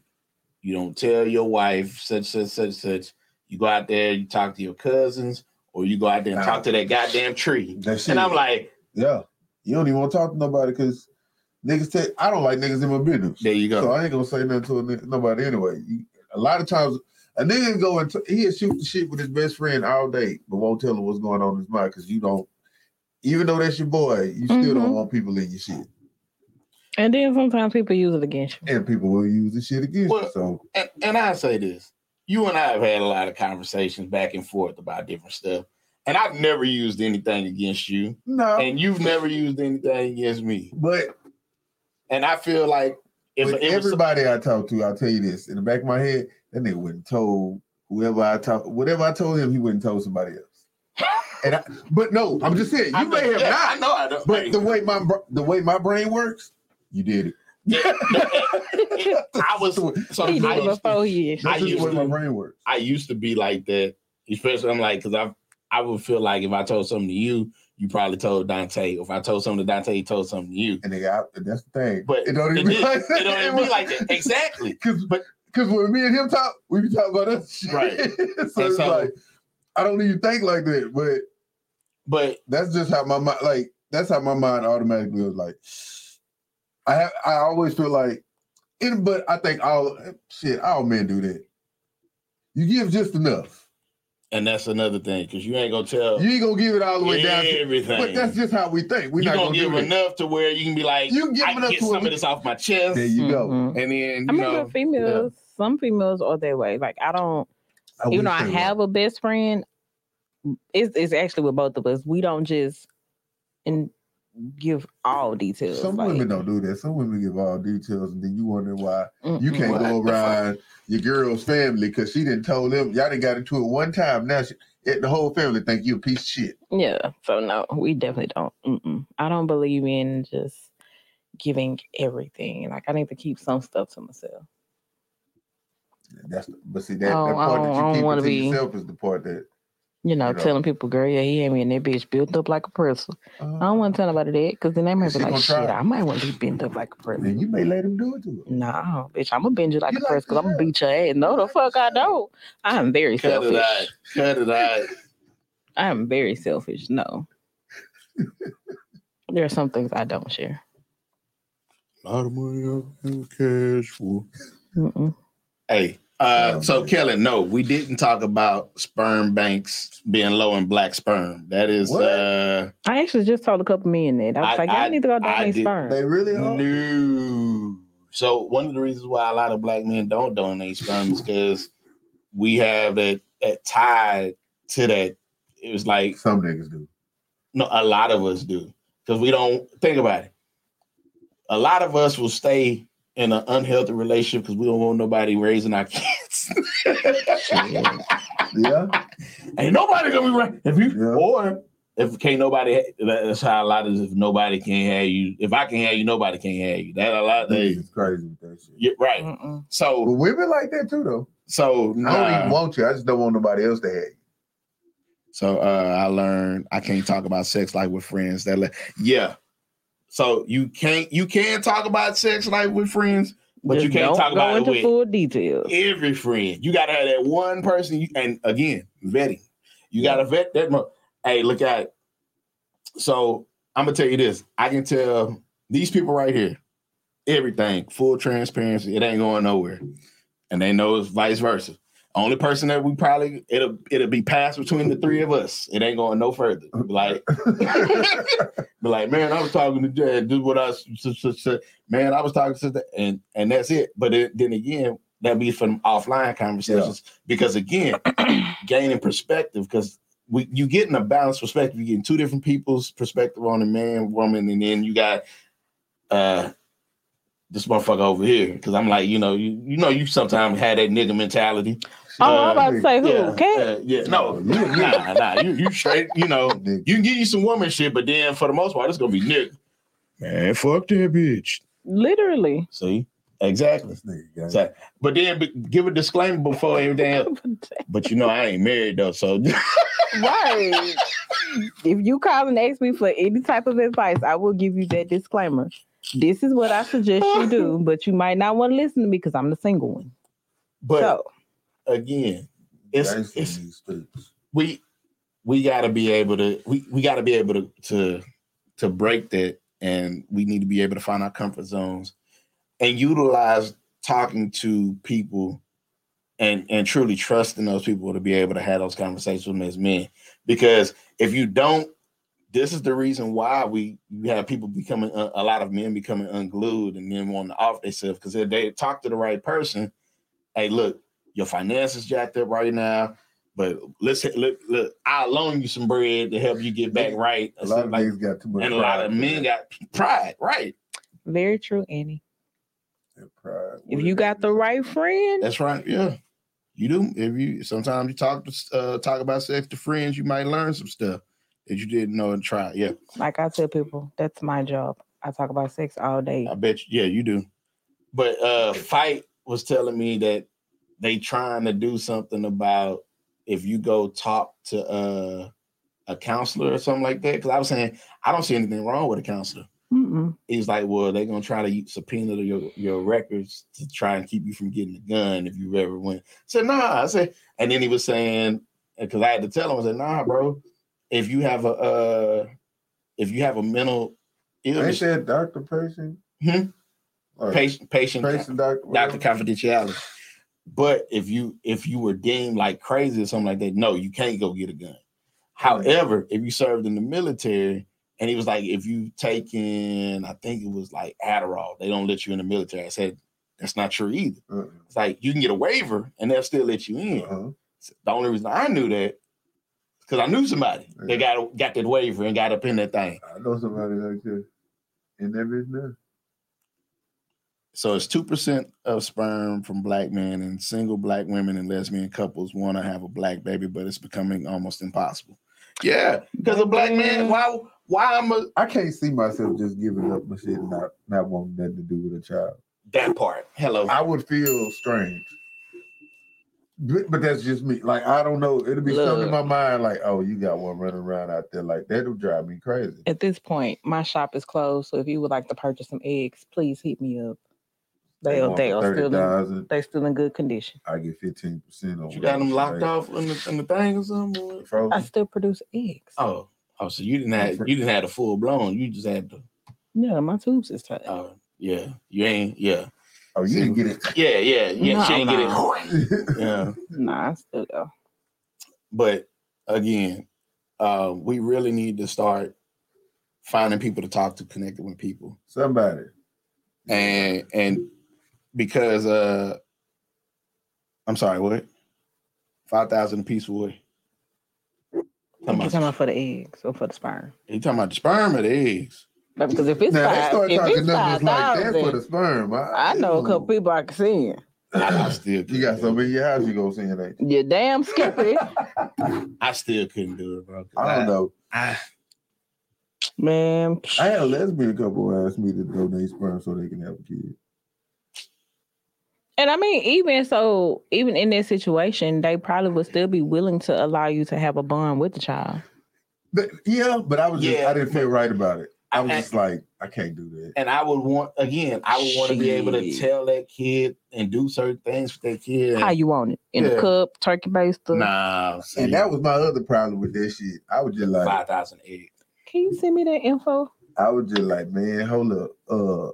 you don't tell your wife such such such such. You go out there, you talk to your cousins, or you go out there and talk to that goddamn tree.
That shit.
And I'm like,
yeah, you don't even want to talk to nobody because niggas take. I don't like niggas in my business.
there you
So
go.
I ain't gonna say nothing to a nigga, nobody anyway. You- A lot of times, a nigga go and t- he'll shoot the shit with his best friend all day, but won't tell him what's going on in his mind because you don't. Even though that's your boy, you still
Mhm.
don't want people in your shit,
And then sometimes people use it against you.
and people will use the shit against you.
Well-
So
And, and I say this: you and I have had a lot of conversations back and forth about different stuff, and I've never used anything against you,
no,
and you've never used anything against me.
but
And I feel like if
with
it was-
everybody I talk to, I'll tell you this in the back of my head, that nigga wouldn't told whoever I talk, whatever I told him, he wouldn't told somebody else. And I, but no, I'm just saying, you
I
may
know-
have
yeah,
not,
I know I don't.
but the way my br- the way my brain works, you did it.
I was
So-
so
He
I
did it
used,
before you.
I
That's just
used
the way
to-
my brain works.
I used to be like that, especially I'm like because I I would feel like if I told something to you, you probably told Dante. If I told something to Dante, he told something to you.
And they got and that's the thing.
But
it don't
It,
even
did, it don't even be like that exactly.
because
but-
because when me and him talk, we be talking about us. shit.
Right.
so it's
so-
like I don't even think like that, but
But
that's just how my mind like that's how my mind automatically was like. I have I always feel like it, but I think all shit, all men do that. You give just enough.
and that's another thing because you ain't gonna tell
You ain't gonna give it all the way down. to-
everything.
But that's just how we think. We're
you
not
gonna,
gonna,
give
do that.
enough to where you can be like,
You give
I can
enough
get
to
some
a-
of this off my chest,
There you go.
Mhm.
and then
I
you
remember
know,
females, some females are that way. Like I don't
I
even
wish
though I
they were.
have a best friend, it's it's actually with both of us. We don't just and give all details.
Some
like,
women don't do that. Some women give all details, and then you wonder why you
mm-mm.
can't
What
go
the fuck?
around your girl's family because she didn't told them y'all didn't got into it one time. Now she, it, the whole family think you a piece of shit.
Yeah. So no, we definitely don't. Mm-mm. I don't believe in just giving everything. Like I need to keep some stuff to myself.
That's but see that,
Oh,
that
I
part
don't-
that
I don't
you keep it
wanna
to
be-
yourself is the part that
You know,
You know.
telling people, girl, yeah, he ain't me and that bitch built up like a pretzel.
uh,
I don't want to tell nobody that because then they might
She
be like,
gonna
shit,
try.
I might want to be bent up like a pretzel.
Mm-hmm.
Then you may let them do it to her.
Nah, bitch, I'm gonna bend you like
You
a
like
press
to
because I'm gonna
sell.
beat your ass. No, the
You like
fuck
to
I
sell.
don't. I am very
cut it
selfish.
out, cut it out.
I am very selfish. No, there are some things I don't share.
A lot of money out cash for.
Mm-mm.
Hey, uh,
Oh,
so
man.
Kelly, no, we didn't talk about sperm banks being low in black sperm. That is,
What?
uh,
I actually just told a couple men that I was
I-
like, y'all
I-
need to go
I
donate
did-
sperm.
They really are.
new. So one of the reasons why a lot of black men don't donate sperm is because we have that that tie to that it was like
Some niggas do.
no, a lot of us do because we don't think about it. A lot of us will stay in an unhealthy relationship because we don't want nobody raising our kids.
Yeah.
Ain't nobody gonna be right if you
Yeah.
or if can't nobody. That's how a lot of if nobody can have you. If I can have you, nobody can have you. That a lot. They,
It's crazy with that shit.
yeah, right.
Mm-mm.
But
So
women like that too, though.
so
I don't
nah.
even want you. I just don't want nobody else to have you.
So uh, I learned I can't talk about sex like with friends. That le- yeah. So you can't you can talk about sex like with friends, but you
Just
can't
don't
talk
go
about it
into
with
full details.
every friend. You gotta have that one person. You, and again, vetting. You gotta vet that. Mo- hey, look at. It. So I'm gonna tell you this. I can tell these people right here everything. Full transparency. It ain't going nowhere, and they know it's vice versa. Only person that we probably it'll it'll be passed between the three of us. It ain't going no further. Like, be like, man, I was talking to Jay. Do what I s- s- s- s- man, I was talking to the and and that's it. But it, then again, that'd be from offline conversations because again, gaining perspective because we you getting a balanced perspective. You getting two different people's perspective on a man, woman, and then you got uh this motherfucker over here because I'm like, you know, you you know, you sometimes had that nigga mentality.
oh,
Uh,
I'm about to say who?
yeah,
Cat?
uh, yeah, no,
You- you-
nah, nah, you you straight, you know.
Nigga.
You can give you some woman shit, but then for the most part, it's gonna be nigga. Man, fuck that bitch.
Literally.
See, exactly.
This nigga got-
So- but then be, give a disclaimer before everything else. But you know, I ain't married though, so
right. If you call and ask me for any type of advice, I will give you that disclaimer. This is what I suggest you do, but you might not want to listen to me because I'm the single one.
but
so
again, it's,
Gangsta
it's
in these streets.
we we gotta be able to we, we gotta be able to to to break that and we need to be able to find our comfort zones and utilize talking to people and and truly trusting those people to be able to have those conversations with them as men because if you don't this is the reason why we you have people becoming uh, a, a lot of men becoming unglued and then wanting to off themselves because if they talk to the right person hey look your finances jacked up right now but let's look, look. I'll loan you some bread to help you get back right.
A lot of
Like-
niggas got too much.
and a lot of
pride.
men got pride, right?
very true, Annie.
That pride.
If you got the right friend,
That's right. Yeah, you do. If you sometimes you talk to uh, talk about sex to friends, you might learn some stuff that you didn't know and try. Yeah,
like I tell people, that's my job. I talk about sex all day.
I bet. You, yeah, you do. But uh fight was telling me that they trying to do something about if you go talk to uh a counselor or something like that. Because I was saying I don't see anything wrong with a counselor.
Mm-mm.
he's like, well, they're gonna try to u- subpoena your your records to try and keep you from getting a gun if you ever went. I said, nah. I said, and then he was saying, because I had to tell him, I said, nah, bro, if you have a uh, if you have a mental
Ain't
illness,
that doctor person?
Hmm?
Or
patient, patient,
patient doctor.
doctor
whatever?
confidentiality. But if you if you were deemed like crazy or something like that, no, you can't go get a gun. However, if you served in the military, and he was like, if you taken, I think it was like Adderall, they don't let you in the military. I said, that's not true either.
Uh-uh.
It's like you can get a waiver and they'll still let you in.
Uh-huh.
The only reason I knew that because I knew somebody that got got that waiver and got up in that thing.
I know somebody like that. And that bitch there.
So it's two percent of sperm from black men, and single black women and lesbian couples want to have a black baby, but it's becoming almost impossible. Yeah, because a black man, why, why am a
I can't see myself just giving up my shit and not, not wanting nothing to do with a child.
that part? Hello,
I would feel strange. But, but that's just me. Like I don't know. It'll be something in my mind. Like, oh, you got one running around out there. Like that'll drive me crazy.
At this point, my shop is closed. So if you would like to purchase some eggs, please hit me up. They are,
want
they
the
are still in,
30,000,
they still in good condition.
I get fifteen percent on.
you got them locked off in the, in the thing or something? or-
I
Frozen.
still produce eggs.
Oh, oh, so you didn't have you didn't have the full blown. You just had the
Yeah, my tubes is tight.
uh, yeah. You ain't yeah
Oh, you didn't get it.
yeah yeah yeah. she
No,
ain't
no.
get it. yeah.
Nah, I still uh, go.
but again, uh, we really need to start finding people to talk to, connecting with people,
Somebody.
and and because uh, I'm sorry, what five thousand a piece would Talking
You
about-
talking about for the eggs or for the sperm?
you talking about the sperm or the eggs?
But because if it's
Now they
five,
start
if
talking
it's five
numbers like that for the
thousand,
sperm.
I know a couple people I can send.
I, I still
You got so many house you gonna send that.
You damn skippy,
I still couldn't do it, bro. 'cause
I don't know.
I,
man.
I had a lesbian couple who asked me to donate sperm so they can have a kid.
And I mean, even so, even in that situation, they probably would still be willing to allow you to have a bond with the child.
But, yeah, but I was just
Yeah,
I didn't feel right about it. I was
I-
just like, I can't do that.
and I would want again. I would want to be able to
Shit.
tell that kid and do certain things with that kid.
How you want it in
Yeah.
a cup, turkey baster?
nah,
And that was my other problem with that shit. I was just like,
five thousand eggs.
Can you send me that info?
I was just like, man, hold up. Uh,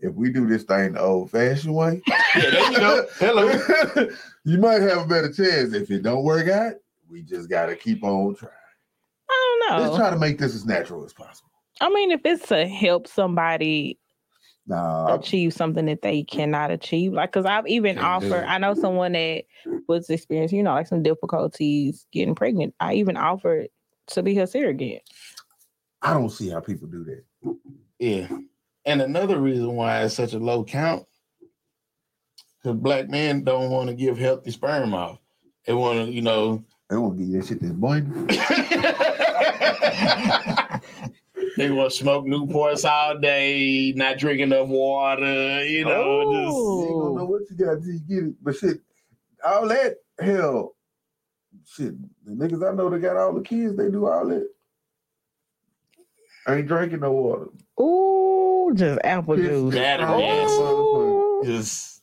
if we do this thing the old fashioned way,
Yeah, there you go. Hello.
you might have a better chance. If it don't work out, we just gotta keep on trying.
I
Let's
don't know.
try to make this as natural as possible.
I mean, if it's to help somebody
Nah,
achieve something that they cannot achieve. Like, cause I've even
Can't do
offered,
it.
I know someone that was experiencing, you know, like some difficulties getting pregnant. I even offered to be her surrogate.
I don't see how people do that.
Yeah. And another reason why it's such a low count, because black men don't want to give healthy sperm off. They want to, you know.
They won't give you that shit this morning.
they want to smoke Newports all day, not drink enough water, you know.
Oh.
You ain't gonna know what you got till you get it. But shit, all that hell, shit, the niggas I know that got all the kids, they do all that. ain't drinking no water.
Ooh, just apple
Piss
Just
juice.
that
Oh.
ass.
Ooh.
Just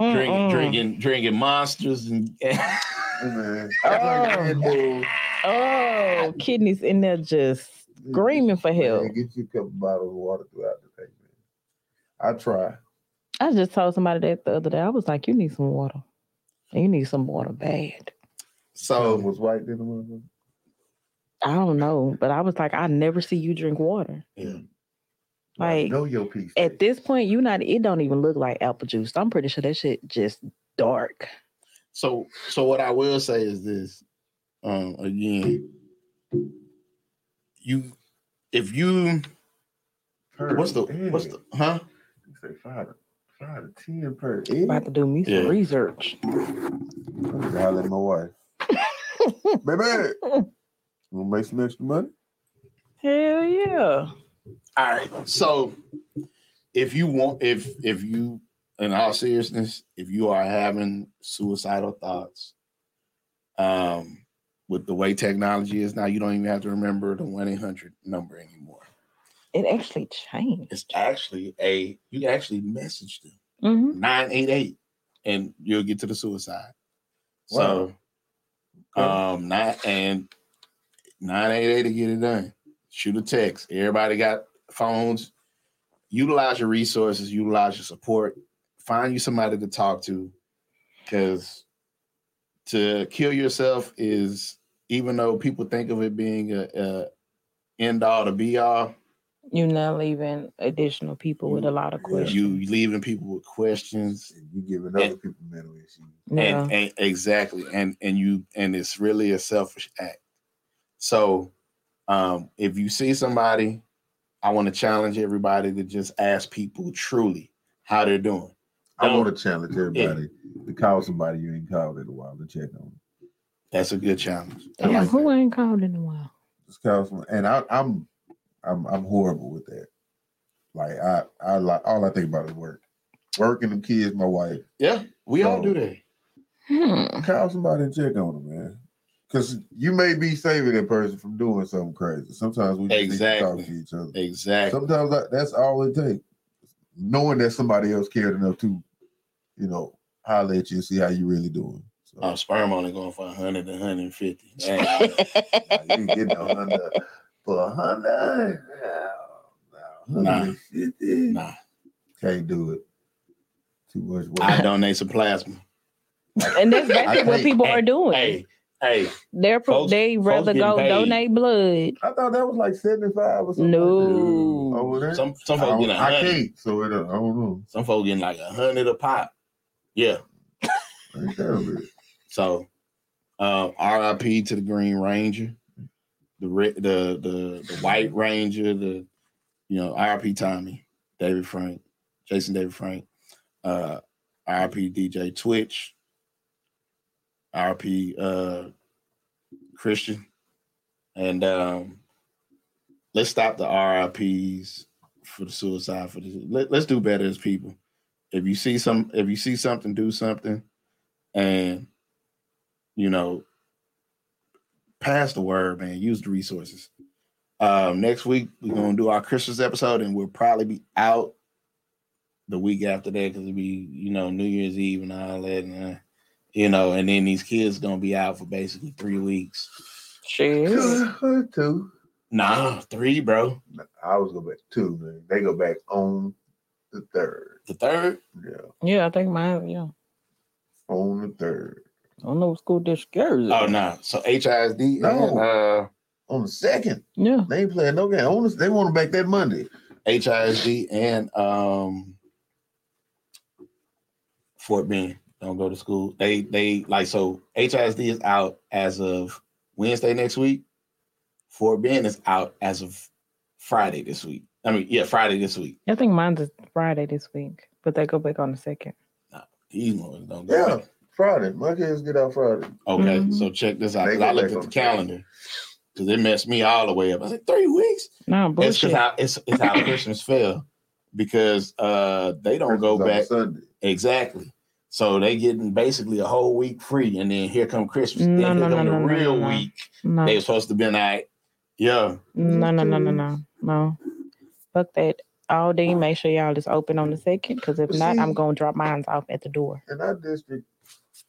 drinking,
Mm-mm.
drinking, drinking monsters and
Man, I
Oh.
drank Red Bull.
Oh, kidneys in there just screaming for help.
Man, get you a couple bottles of water throughout the day, man. I try.
I just told somebody that the other day. I was like, you need some water. And You need some water bad.
Oh,
so
it was white then the motherfucker.
I don't know, but I was like, I never see you drink water.
yeah.
Like,
know your piece.
at this point, you not it don't even look like apple juice. I'm pretty sure that shit just dark.
So, so what I will say is this: um, again, you, if you, what's the,
Mm.
what's the, huh?
Say five, to- five to ten per egg.
About to do me some
Yeah.
research.
I'm gonna holler at my wife. Baby, want to make some extra money?
Hell yeah.
All right. So, if you want, if if you, in all seriousness, if you are having suicidal thoughts, um, with the way technology is now, you don't even have to remember the one eight hundred number anymore.
It actually changed.
It's actually a you can actually message them.
Mhm.
988 and you'll get to the suicide. So
Okay.
um nine and 988 to get it done. Shoot a text. Everybody got phones. Utilize your resources, utilize your support. Find you somebody to talk to. Cause to kill yourself is even though people think of it being a, a end all to be all,
You're not leaving additional people with a lot of
Yeah.
questions.
you leaving people with questions.
And you giving other people mental issues.
Yeah.
and, and exactly and and you and it's really a selfish act so um if you see somebody i want to challenge everybody to just ask people truly how they're doing
I
Don't-
want to challenge everybody to call somebody you ain't called in a while to check on. them.
that's a good challenge I
Damn,
like
who
that.
ain't called in a while?
Just call some, and I, I'm, I'm, I'm horrible with that. Like I, I like all I think about is work, working them kids, my wife.
yeah we all do that
Hmm.
Call somebody and check on them, man. Because you may be saving that person from doing something crazy. Sometimes we just
Exactly.
need to talk to each other.
exactly
Sometimes that, that's all it takes. Knowing that somebody else cared enough to, you know, holler at you and see how you really doing. So,
uh, sperm only going for 100 to 150 Man,
nah, you ain't getting a hundred for a hundred. Nah,
Nah.
150.
nah
Can't do it. Too much work.
i donate some plasma
and that's basically what
think-
people are doing.
hey hey
They're pro-
folks-
they rather
folks
go
getting paid.
donate blood.
I thought that was like 75 or something.
No.
Over there.
some some
I,
folks
don't-
getting
I
100
can't, so it, uh, I don't know.
some folks getting like 100 a pop yeah
Ain't that a bit?
So Um, R.I.P. to the Green Ranger, the re- the the the White Ranger, the you know R.I.P. Tommy, David Frank, Jason David Frank, uh, R.I.P. DJ Twitch, R.I.P. Uh, Christian, and um, let's stop the R.I.P.s for the suicide. For the let, let's do better as people. If you see some, if you see something, do something, and you know, pass the word, man. Use the resources. Um, next week we're gonna do our Christmas episode, and we'll probably be out the week after that because it'll be you know New Year's Eve and all that, and uh, you know, and then these kids gonna be out for basically three weeks.
Shit.
two.
Nah, three, bro.
I was go back two. Man. They go back on the third.
The third.
Yeah,
Yeah, I think mine. Yeah,
on the third.
I don't know what school district yours is.
Oh no. So HISD.
No.
And, uh,
On the second,
Yeah,
they ain't playing no game. On the, they want them back that Monday.
HISD and um Fort Bend don't go to school. They they like so HISD is out as of Wednesday next week. Fort Bend is out as of Friday this week. I mean, yeah, Friday this week.
I think mine's is Friday this week, but they go back on the second.
These ones don't go.
Yeah,
back.
Friday. My kids get out Friday.
Okay,
Mhm.
so check this out.
They
'cause
go
I looked
back
at the
on-
calendar because it messed me all the way up. I said three weeks.
No
It's
bullshit.
because how it's, it's how Christmas fell because uh they don't go
Christmas on
back
Sunday.
Exactly. So they getting basically a whole week free, and then here come Christmas.
No,
then
no,
here
no,
come
no,
the
no,
real
no, no.
week.
no,
They were supposed to be like, yeah,
no, no, no, no, no, no. Fuck that. All day. Make sure y'all is open on the second, because if not, I'm
See-
gonna drop mine off at the door.
in our district,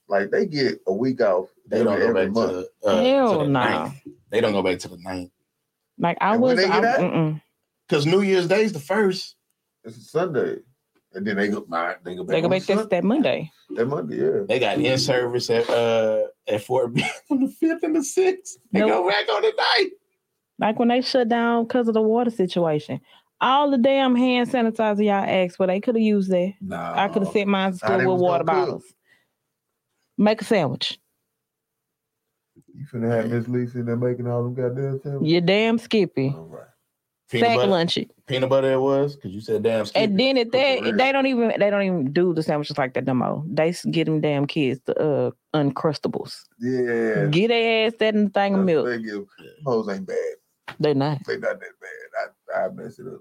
like they get a week off.
they don't
every,
go
every
back
month.
to the uh,
Hell
to the
no.
ninth. They don't go back to the ninth
Like I
And when
was.
they
I,
get out?
mm-mm.
because New Year's Day is the first.
It's a Sunday, and then they go. Nah, they go back.
They go
on
back this
Sun-
that Monday.
that Monday. Yeah,
They got
Mm-hmm.
in service at uh at Fort Bend on the fifth and the sixth. They go
Nope.
back on the ninth.
Like when they shut down because of the water situation. All the damn hand sanitizer y'all asked for, they could have used that.
nah.
I could have sent mine to
Nah,
school
they
with
was
water
gonna cook.
bottles. Make a sandwich.
You finna have Miss Lisa in there making all them goddamn sandwiches.
You damn Skippy.
All right.
Peanut
Sack
butter,
lunch it.
peanut butter it was because you said damn. Skippy.
And then at that,
real.
they don't even they don't even do the sandwiches like that no more. They s- get them damn kids the uh, uncrustables.
Yeah.
Get their ass that and thing of
That's
milk.
They give hoes ain't bad.
They're not.
They not that bad. I I mess it up.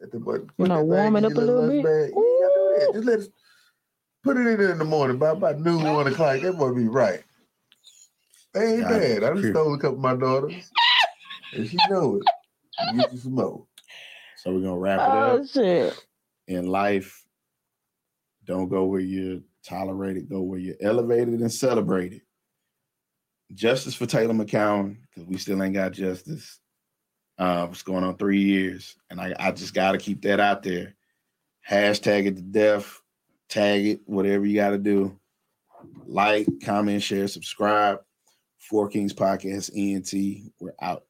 Let the butt-
You know,
let that
warm
bag
it
get
up a little
lunch
bit.
bag. You ain't gotta do that. Just let it, put it in there in the morning by about noon, one o'clock. That boy be right. They ain't
God,
bad. I just
creep.
stole a couple of my daughters, and she know it. Get you some more.
So we're gonna wrap it up.
Oh shit.
in life, don't go where you're tolerated, go where you're elevated and celebrated. Justice for Taylor McCown, because we still ain't got justice. Uh, it's going on three years, and I, I just got to keep that out there. Hashtag it to death, tag it, whatever you got to do. Like, comment, share, subscribe. Four Kings Podcast ENT. We're out.